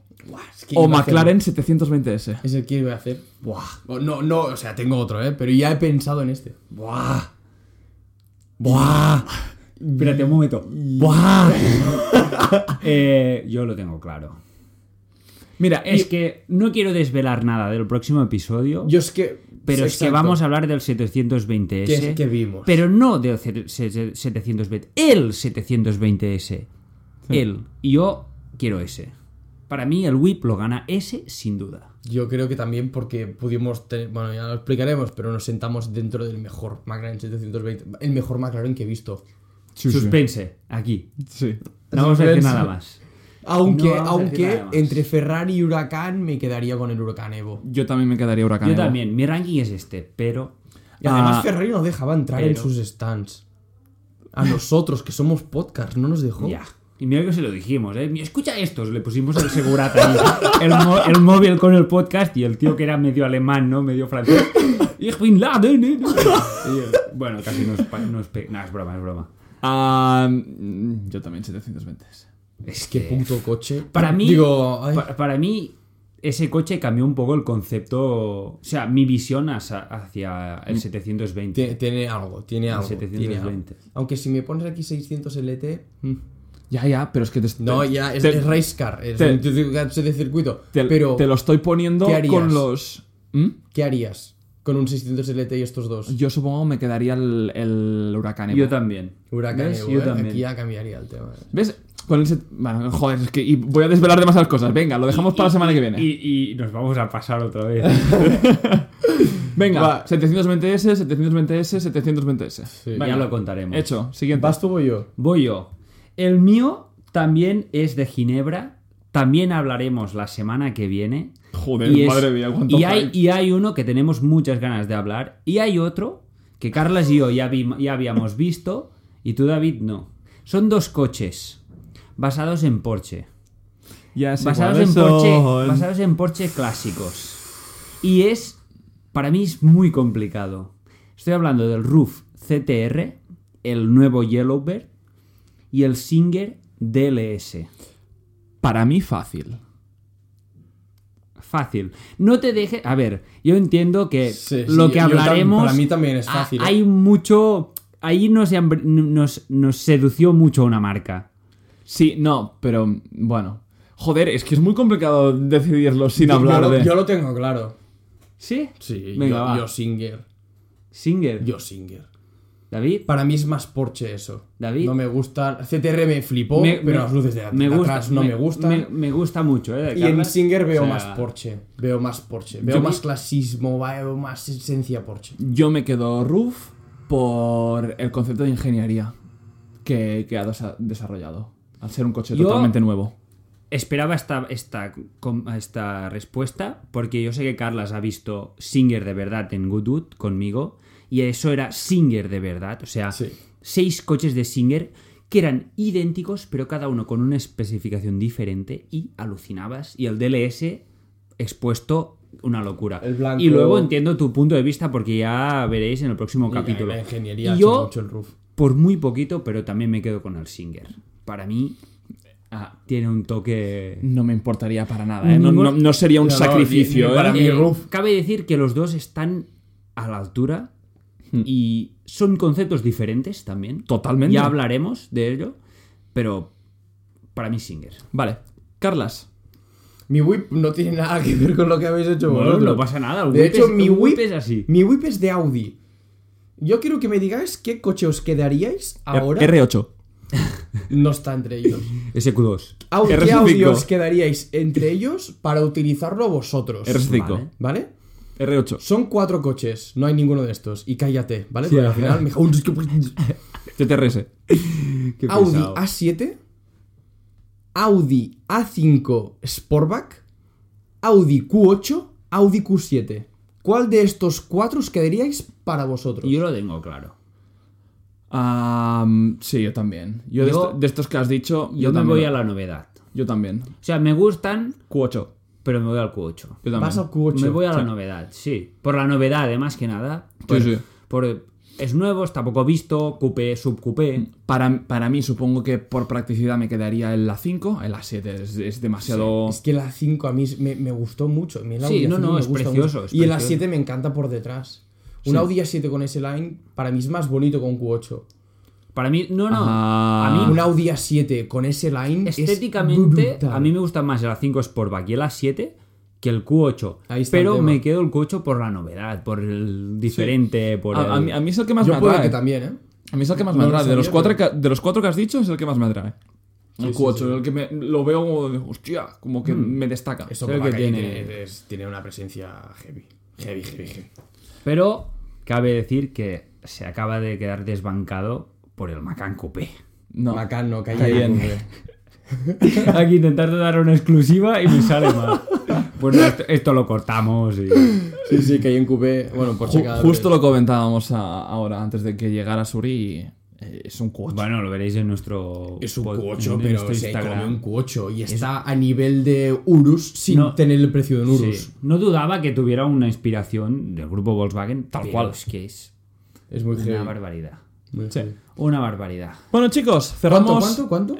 Speaker 2: Es que
Speaker 1: ¿O
Speaker 2: iba a hacer-
Speaker 1: McLaren 720S?
Speaker 2: Es el que iba a hacer. Buah. O- No, no, o sea, tengo otro, ¿eh? Pero ya he pensado en este.
Speaker 3: Buah. Buah. Espérate un momento.
Speaker 1: ¡Buah!
Speaker 3: Eh, yo lo tengo claro.
Speaker 1: Mira,
Speaker 3: Es
Speaker 1: y-
Speaker 3: que no quiero desvelar nada del próximo episodio,
Speaker 2: Yo es que.
Speaker 3: pero es que
Speaker 2: Exacto.
Speaker 3: vamos a hablar del 720S.
Speaker 2: Que es que vimos.
Speaker 3: Pero no del ce- se- se- 720, el 720S. El. Y yo quiero ese. Para mí el whip lo gana ese sin duda.
Speaker 2: Yo creo que también porque pudimos tener, bueno, ya lo explicaremos, pero nos sentamos dentro del mejor McLaren 720, el mejor McLaren que he visto.
Speaker 3: Suspense, aquí.
Speaker 1: Sí.
Speaker 3: No vamos a decir
Speaker 2: Suspense.
Speaker 3: nada más.
Speaker 2: Aunque,
Speaker 3: No vamos a decir
Speaker 2: aunque
Speaker 3: nada más.
Speaker 2: entre Ferrari y Huracán me quedaría con el Huracán Evo.
Speaker 1: Yo también me quedaría Huracán ¿eh?
Speaker 3: Yo
Speaker 1: Evo.
Speaker 3: también, mi ranking es este, pero...
Speaker 2: Y además
Speaker 1: Ah,
Speaker 2: Ferrari nos dejaba entrar en
Speaker 3: pero-
Speaker 2: sus stands. A nosotros, que somos podcast, no nos dejó.
Speaker 3: Ya. Y mira que se lo dijimos, ¿eh? Mira, Escucha estos, le pusimos el segurata ahí, el, mo- el móvil con el podcast y el tío que era medio alemán, ¿no? Medio francés. Ich bin Laden, ¿eh? Y, eh, Bueno, casi no es, pa- no es, pe- no, es broma, es broma.
Speaker 1: Ah, mm, yo también 720S.
Speaker 3: Es
Speaker 2: Qué punto coche.
Speaker 3: Para mí,
Speaker 2: Digo, ay,
Speaker 3: pa- para, mí, ese coche cambió un poco el concepto, o sea, mi visión hacia, hacia el 720.
Speaker 2: tie- tiene algo, tiene algo. tiene algo.
Speaker 3: 720.
Speaker 2: Aunque si me pones aquí 600 LT. mm,
Speaker 1: Ya, ya, pero es que te,
Speaker 2: No,
Speaker 1: te-
Speaker 2: ya es,
Speaker 1: te-
Speaker 2: es race car, es
Speaker 1: te-
Speaker 2: un coche de circuito.
Speaker 1: te-
Speaker 2: pero,
Speaker 1: te lo estoy poniendo
Speaker 2: ¿Qué harías?
Speaker 1: con los. ¿Mm?
Speaker 2: ¿qué harías con un 600 LT y estos dos?
Speaker 1: Yo supongo me quedaría el, el Huracán ¿eh? Evo.
Speaker 3: Yo también.
Speaker 2: Huracán
Speaker 3: ¿Ves?
Speaker 2: Evo,
Speaker 3: Yo
Speaker 2: ¿eh?
Speaker 3: también.
Speaker 2: Aquí ya cambiaría el tema. ¿eh?
Speaker 1: ¿Ves? Con el set- Bueno, joder, es que y voy a desvelar demasiadas cosas. Venga, lo dejamos para la semana que viene.
Speaker 3: Y, y nos vamos a pasar otra vez.
Speaker 1: Venga,
Speaker 2: Va.
Speaker 1: 720S, 720S, 720S.
Speaker 3: ya lo contaremos.
Speaker 1: Hecho, siguiente.
Speaker 2: ¿Vas tú o yo?
Speaker 3: Voy yo. El mío también es de Ginebra. También hablaremos la semana que viene.
Speaker 1: Joder,
Speaker 3: Y es-
Speaker 1: madre mía, cuánto
Speaker 3: y hay,
Speaker 1: hype.
Speaker 3: y hay uno que tenemos muchas ganas de hablar. Y hay otro que Carlas y yo ya, vi- ya habíamos visto. Y tú, David, no. Son dos coches basados en Porsche.
Speaker 1: Ya sé
Speaker 3: Basados en
Speaker 1: cuáles
Speaker 3: Porsche,
Speaker 1: son.
Speaker 3: basados en Porsche clásicos. Y es, para mí es muy complicado. Estoy hablando del Roof CTR, el nuevo Yellowbird y el Singer DLS.
Speaker 1: Para mí fácil.
Speaker 3: Fácil. No te dejes... A ver, yo entiendo que
Speaker 2: Sí, sí,
Speaker 3: lo
Speaker 2: yo-
Speaker 3: que
Speaker 2: yo tam-
Speaker 3: hablaremos...
Speaker 2: para mí también es
Speaker 3: ha-
Speaker 2: fácil, ¿eh?
Speaker 3: Hay mucho... Ahí nos, hambre- nos, nos sedució mucho una marca.
Speaker 1: Sí, no, pero bueno. Joder, es que es muy complicado decidirlo sin
Speaker 2: Yo-
Speaker 1: hablar
Speaker 2: yo, lo-
Speaker 1: de.
Speaker 2: yo lo tengo claro.
Speaker 3: ¿Sí?
Speaker 2: Sí,
Speaker 1: Venga,
Speaker 2: yo,
Speaker 1: va.
Speaker 2: yo Singer.
Speaker 3: Singer.
Speaker 2: Yo Singer.
Speaker 3: David,
Speaker 2: Para mí es más Porsche eso.
Speaker 3: David.
Speaker 2: No me gusta. CTR me flipó,
Speaker 3: me-
Speaker 2: pero
Speaker 3: me-
Speaker 2: las luces de, at-
Speaker 3: me
Speaker 2: de
Speaker 3: gusta-
Speaker 2: atrás no me, gustan.
Speaker 3: Me, me gusta mucho, ¿eh? de
Speaker 2: y en
Speaker 3: Carlas.
Speaker 2: Singer veo
Speaker 3: O sea,
Speaker 2: más Porsche. Veo más Porsche.
Speaker 1: yo
Speaker 2: Veo más
Speaker 1: me-
Speaker 2: clasismo, veo más esencia Porsche.
Speaker 1: Yo me quedo Roof por el concepto de ingeniería que, que ha desa- desarrollado. Al ser un coche
Speaker 3: Yo-
Speaker 1: totalmente nuevo.
Speaker 3: Esperaba esta, esta, com- esta respuesta porque yo sé que Carlas ha visto Singer de verdad en Goodwood conmigo y eso era Singer de verdad, o sea,
Speaker 2: Sí.
Speaker 3: seis coches de Singer que eran idénticos pero cada uno con una especificación diferente y alucinabas y el DLS expuesto una locura.
Speaker 2: El blanco-
Speaker 3: Y luego entiendo tu punto de vista porque ya veréis en el próximo capítulo.
Speaker 2: La ingeniería
Speaker 3: Y
Speaker 2: ha hecho
Speaker 3: yo-
Speaker 2: mucho el roof.
Speaker 3: Por muy poquito, pero también me quedo con el Singer. Para mí
Speaker 1: Ah,
Speaker 3: tiene un toque
Speaker 1: no me importaría para nada, ¿eh? No,
Speaker 3: Ningún-
Speaker 1: no- no sería un
Speaker 2: No, no,
Speaker 1: sacrificio,
Speaker 2: ni- ni
Speaker 1: ¿eh?
Speaker 2: para mí.
Speaker 3: Eh,
Speaker 2: Roof.
Speaker 3: cabe decir que los dos están a la altura
Speaker 2: Hmm.
Speaker 3: y son conceptos diferentes también.
Speaker 1: Totalmente.
Speaker 3: Ya hablaremos de ello, pero para mí Singer.
Speaker 1: Vale. Carlas.
Speaker 2: Mi whip no tiene nada que ver con lo que habéis hecho
Speaker 3: Bueno,
Speaker 2: vosotros.
Speaker 3: no pasa nada, el
Speaker 2: De
Speaker 3: whip
Speaker 2: hecho,
Speaker 3: es-
Speaker 2: mi
Speaker 3: el whip
Speaker 2: whip,
Speaker 3: es así.
Speaker 2: Mi whip es de Audi. Yo quiero que me digáis qué coche os quedaríais ahora.
Speaker 1: R8.
Speaker 2: No está entre ellos.
Speaker 3: SQ2.
Speaker 2: Audi, ¿Qué
Speaker 1: R5.
Speaker 2: Audi os quedaríais entre ellos para utilizarlo vosotros?
Speaker 1: R5.
Speaker 3: Vale.
Speaker 2: ¿Vale?
Speaker 1: R8.
Speaker 2: Son cuatro coches, no hay ninguno de estos. Y cállate, ¿vale? Porque al final me es que-
Speaker 1: TTRS.
Speaker 2: Audi Ah. A7, Audi A5 Sportback, Audi Q8, Audi Q7. ¿Cuál de estos cuatro os quedaríais para vosotros?
Speaker 3: Yo lo tengo claro.
Speaker 1: Am, sí, yo también. Yo, de,
Speaker 3: Yo-
Speaker 1: esto- de estos que has dicho, yo,
Speaker 3: Yo, me
Speaker 1: también.
Speaker 3: voy a la novedad.
Speaker 1: Yo también.
Speaker 3: O sea, me gustan,
Speaker 1: Q8.
Speaker 3: pero me voy al Q8.
Speaker 1: Yo también.
Speaker 2: Vas al Q8.
Speaker 3: Me voy a la novedad, sí. Por la novedad, además que nada. Por,
Speaker 1: sí.
Speaker 3: por- es nuevo, está poco visto, coupé, subcoupé.
Speaker 1: Para, para mí, supongo que por practicidad me quedaría el A5. El A7 es, es demasiado.
Speaker 2: Es que la 5 a mí me, me gustó mucho. A mí el
Speaker 3: Sí,
Speaker 2: Audi
Speaker 3: no,
Speaker 2: A5
Speaker 3: no,
Speaker 2: me
Speaker 3: es
Speaker 2: gusta
Speaker 3: precioso,
Speaker 2: mucho.
Speaker 3: es
Speaker 2: y el
Speaker 3: precioso.
Speaker 2: A7 me encanta por detrás. Un Audi A7 con S-Line para mí es más bonito que un Q8.
Speaker 3: Para mí, no, no.
Speaker 1: Ah.
Speaker 3: a mí
Speaker 2: Un Audi A7 con S-Line es
Speaker 3: Estéticamente,
Speaker 2: brutal.
Speaker 3: a mí me gusta más el A5 Sportback y el A7 que el Q8.
Speaker 2: Ahí está el
Speaker 3: pero
Speaker 2: tema.
Speaker 3: me quedo el Q8 por la novedad, por el diferente, por
Speaker 1: A, a
Speaker 3: el-
Speaker 1: mí, a mí es el que más me
Speaker 2: Yo puede
Speaker 1: atrae.
Speaker 2: que también, ¿eh?
Speaker 1: A mí es el que más
Speaker 2: No
Speaker 1: me
Speaker 2: lo
Speaker 1: atrae. De los,
Speaker 2: sabía,
Speaker 1: cuatro
Speaker 2: pero-
Speaker 1: que, de los cuatro que has dicho, es el que más me atrae. El Q8, el que me, lo veo como de, hostia, como que me destaca.
Speaker 2: Hmm. Eso
Speaker 1: Es el
Speaker 2: por la
Speaker 1: que
Speaker 2: calle
Speaker 1: tiene-
Speaker 2: tiene, es- tiene una presencia heavy. Heavy, heavy, heavy.
Speaker 3: Pero cabe decir que se acaba de quedar desbancado por el Macan Coupé.
Speaker 1: No.
Speaker 2: Macán no,
Speaker 1: Cayenne.
Speaker 2: Cayenne. hombre.
Speaker 3: Aquí intentando dar una exclusiva y me sale mal. Bueno, esto, esto lo cortamos y...
Speaker 2: Sí, sí, Cayenne Coupé. Bueno, por si
Speaker 1: Ju-
Speaker 2: acaso.
Speaker 1: justo lo comentábamos a- ahora, antes de que llegara Suri. eh, Es un Q8.
Speaker 3: Bueno, lo veréis en nuestro...
Speaker 2: Es un
Speaker 3: pod-
Speaker 2: Q8,
Speaker 3: en
Speaker 2: pero
Speaker 3: nuestro
Speaker 2: se
Speaker 3: Instagram.
Speaker 2: come un Q8 y está a nivel de Urus sin
Speaker 3: No.
Speaker 2: tener el precio de un Urus.
Speaker 3: Sí. No dudaba que tuviera una inspiración del grupo Volkswagen, tal
Speaker 1: Pero
Speaker 3: cual.
Speaker 1: es
Speaker 3: Es que es
Speaker 2: Es muy
Speaker 3: una
Speaker 2: heavy.
Speaker 3: barbaridad.
Speaker 2: Muy heavy.
Speaker 3: Una barbaridad.
Speaker 1: Bueno, chicos,
Speaker 2: ¿Cuánto,
Speaker 1: cerramos. Eh.
Speaker 2: cuánto, cuánto?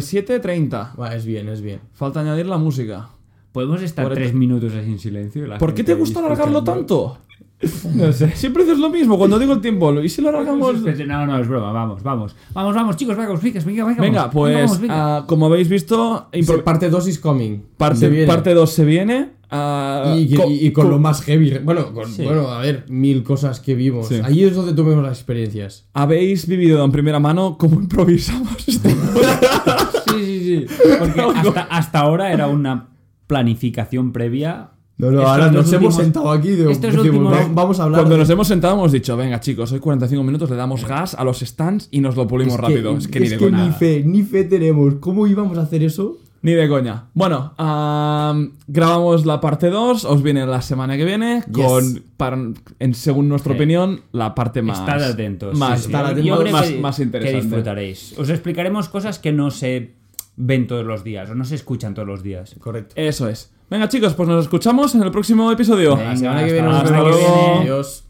Speaker 1: 47-30.
Speaker 2: Va, es bien, es bien.
Speaker 1: Falta añadir la música.
Speaker 3: Podemos estar
Speaker 1: Cuarenta-
Speaker 3: tres minutos así en silencio. y la
Speaker 1: ¿Por qué
Speaker 3: gente
Speaker 1: te gusta
Speaker 3: ahí
Speaker 1: alargarlo
Speaker 3: escuchando.
Speaker 1: tanto? No sé. Siempre dices lo mismo cuando digo el tiempo. ¿Y si lo alargamos?
Speaker 3: este No, no, es broma. Vamos, vamos. Vamos, vamos, chicos. Vamos, venga, venga. Venga,
Speaker 1: Venga,
Speaker 3: vamos,
Speaker 1: pues
Speaker 3: vamos, venga.
Speaker 1: ah, como habéis visto, impro-
Speaker 2: Parte 2 is coming. Se
Speaker 1: parte
Speaker 2: viene.
Speaker 1: 2 se viene. ah,
Speaker 2: Y,
Speaker 1: co-
Speaker 2: y- y con
Speaker 1: co-
Speaker 2: lo más heavy. Bueno, con- bueno, a ver, mil cosas que vimos.
Speaker 1: Sí.
Speaker 2: Ahí es donde tomemos las experiencias.
Speaker 1: Habéis vivido en primera mano cómo improvisamos este
Speaker 2: ah.
Speaker 3: Sí, sí, sí. Porque hasta, hasta ahora era una planificación previa.
Speaker 2: No, no,
Speaker 3: Estos
Speaker 2: ahora
Speaker 3: dos
Speaker 2: nos hemos
Speaker 3: últimos-
Speaker 2: sentado aquí. De,
Speaker 3: estos
Speaker 2: decimos,
Speaker 3: últimos-
Speaker 2: "Va- vamos a hablar.
Speaker 1: Cuando
Speaker 2: de-
Speaker 1: nos hemos sentado hemos dicho, venga chicos, hoy 45 minutos le damos gas a los stands y nos lo pulimos
Speaker 2: Es que-
Speaker 1: rápido. es que ni de
Speaker 2: es que
Speaker 1: coña.
Speaker 2: ni fe, ni fe tenemos. ¿Cómo íbamos a hacer eso?
Speaker 1: Ni de coña. Bueno, am, grabamos la parte 2, os viene la semana que viene, con, para- en, según nuestra
Speaker 3: Sí.
Speaker 1: opinión, la parte más...
Speaker 3: Eh, Estad atentos.
Speaker 1: Más,
Speaker 3: sí, sí.
Speaker 2: estad
Speaker 1: más-
Speaker 2: atentos.
Speaker 3: Yo creo
Speaker 1: más-
Speaker 3: que-
Speaker 1: más
Speaker 3: Que
Speaker 1: interesante.
Speaker 3: disfrutaréis. Os explicaremos cosas que no se ven todos los días o no se escuchan todos los días.
Speaker 2: Correcto.
Speaker 1: Eso es. Venga chicos, pues nos escuchamos en el próximo episodio.
Speaker 3: Venga,
Speaker 2: La semana que viene
Speaker 1: hasta
Speaker 2: nos vemos.
Speaker 1: luego.
Speaker 2: Adiós.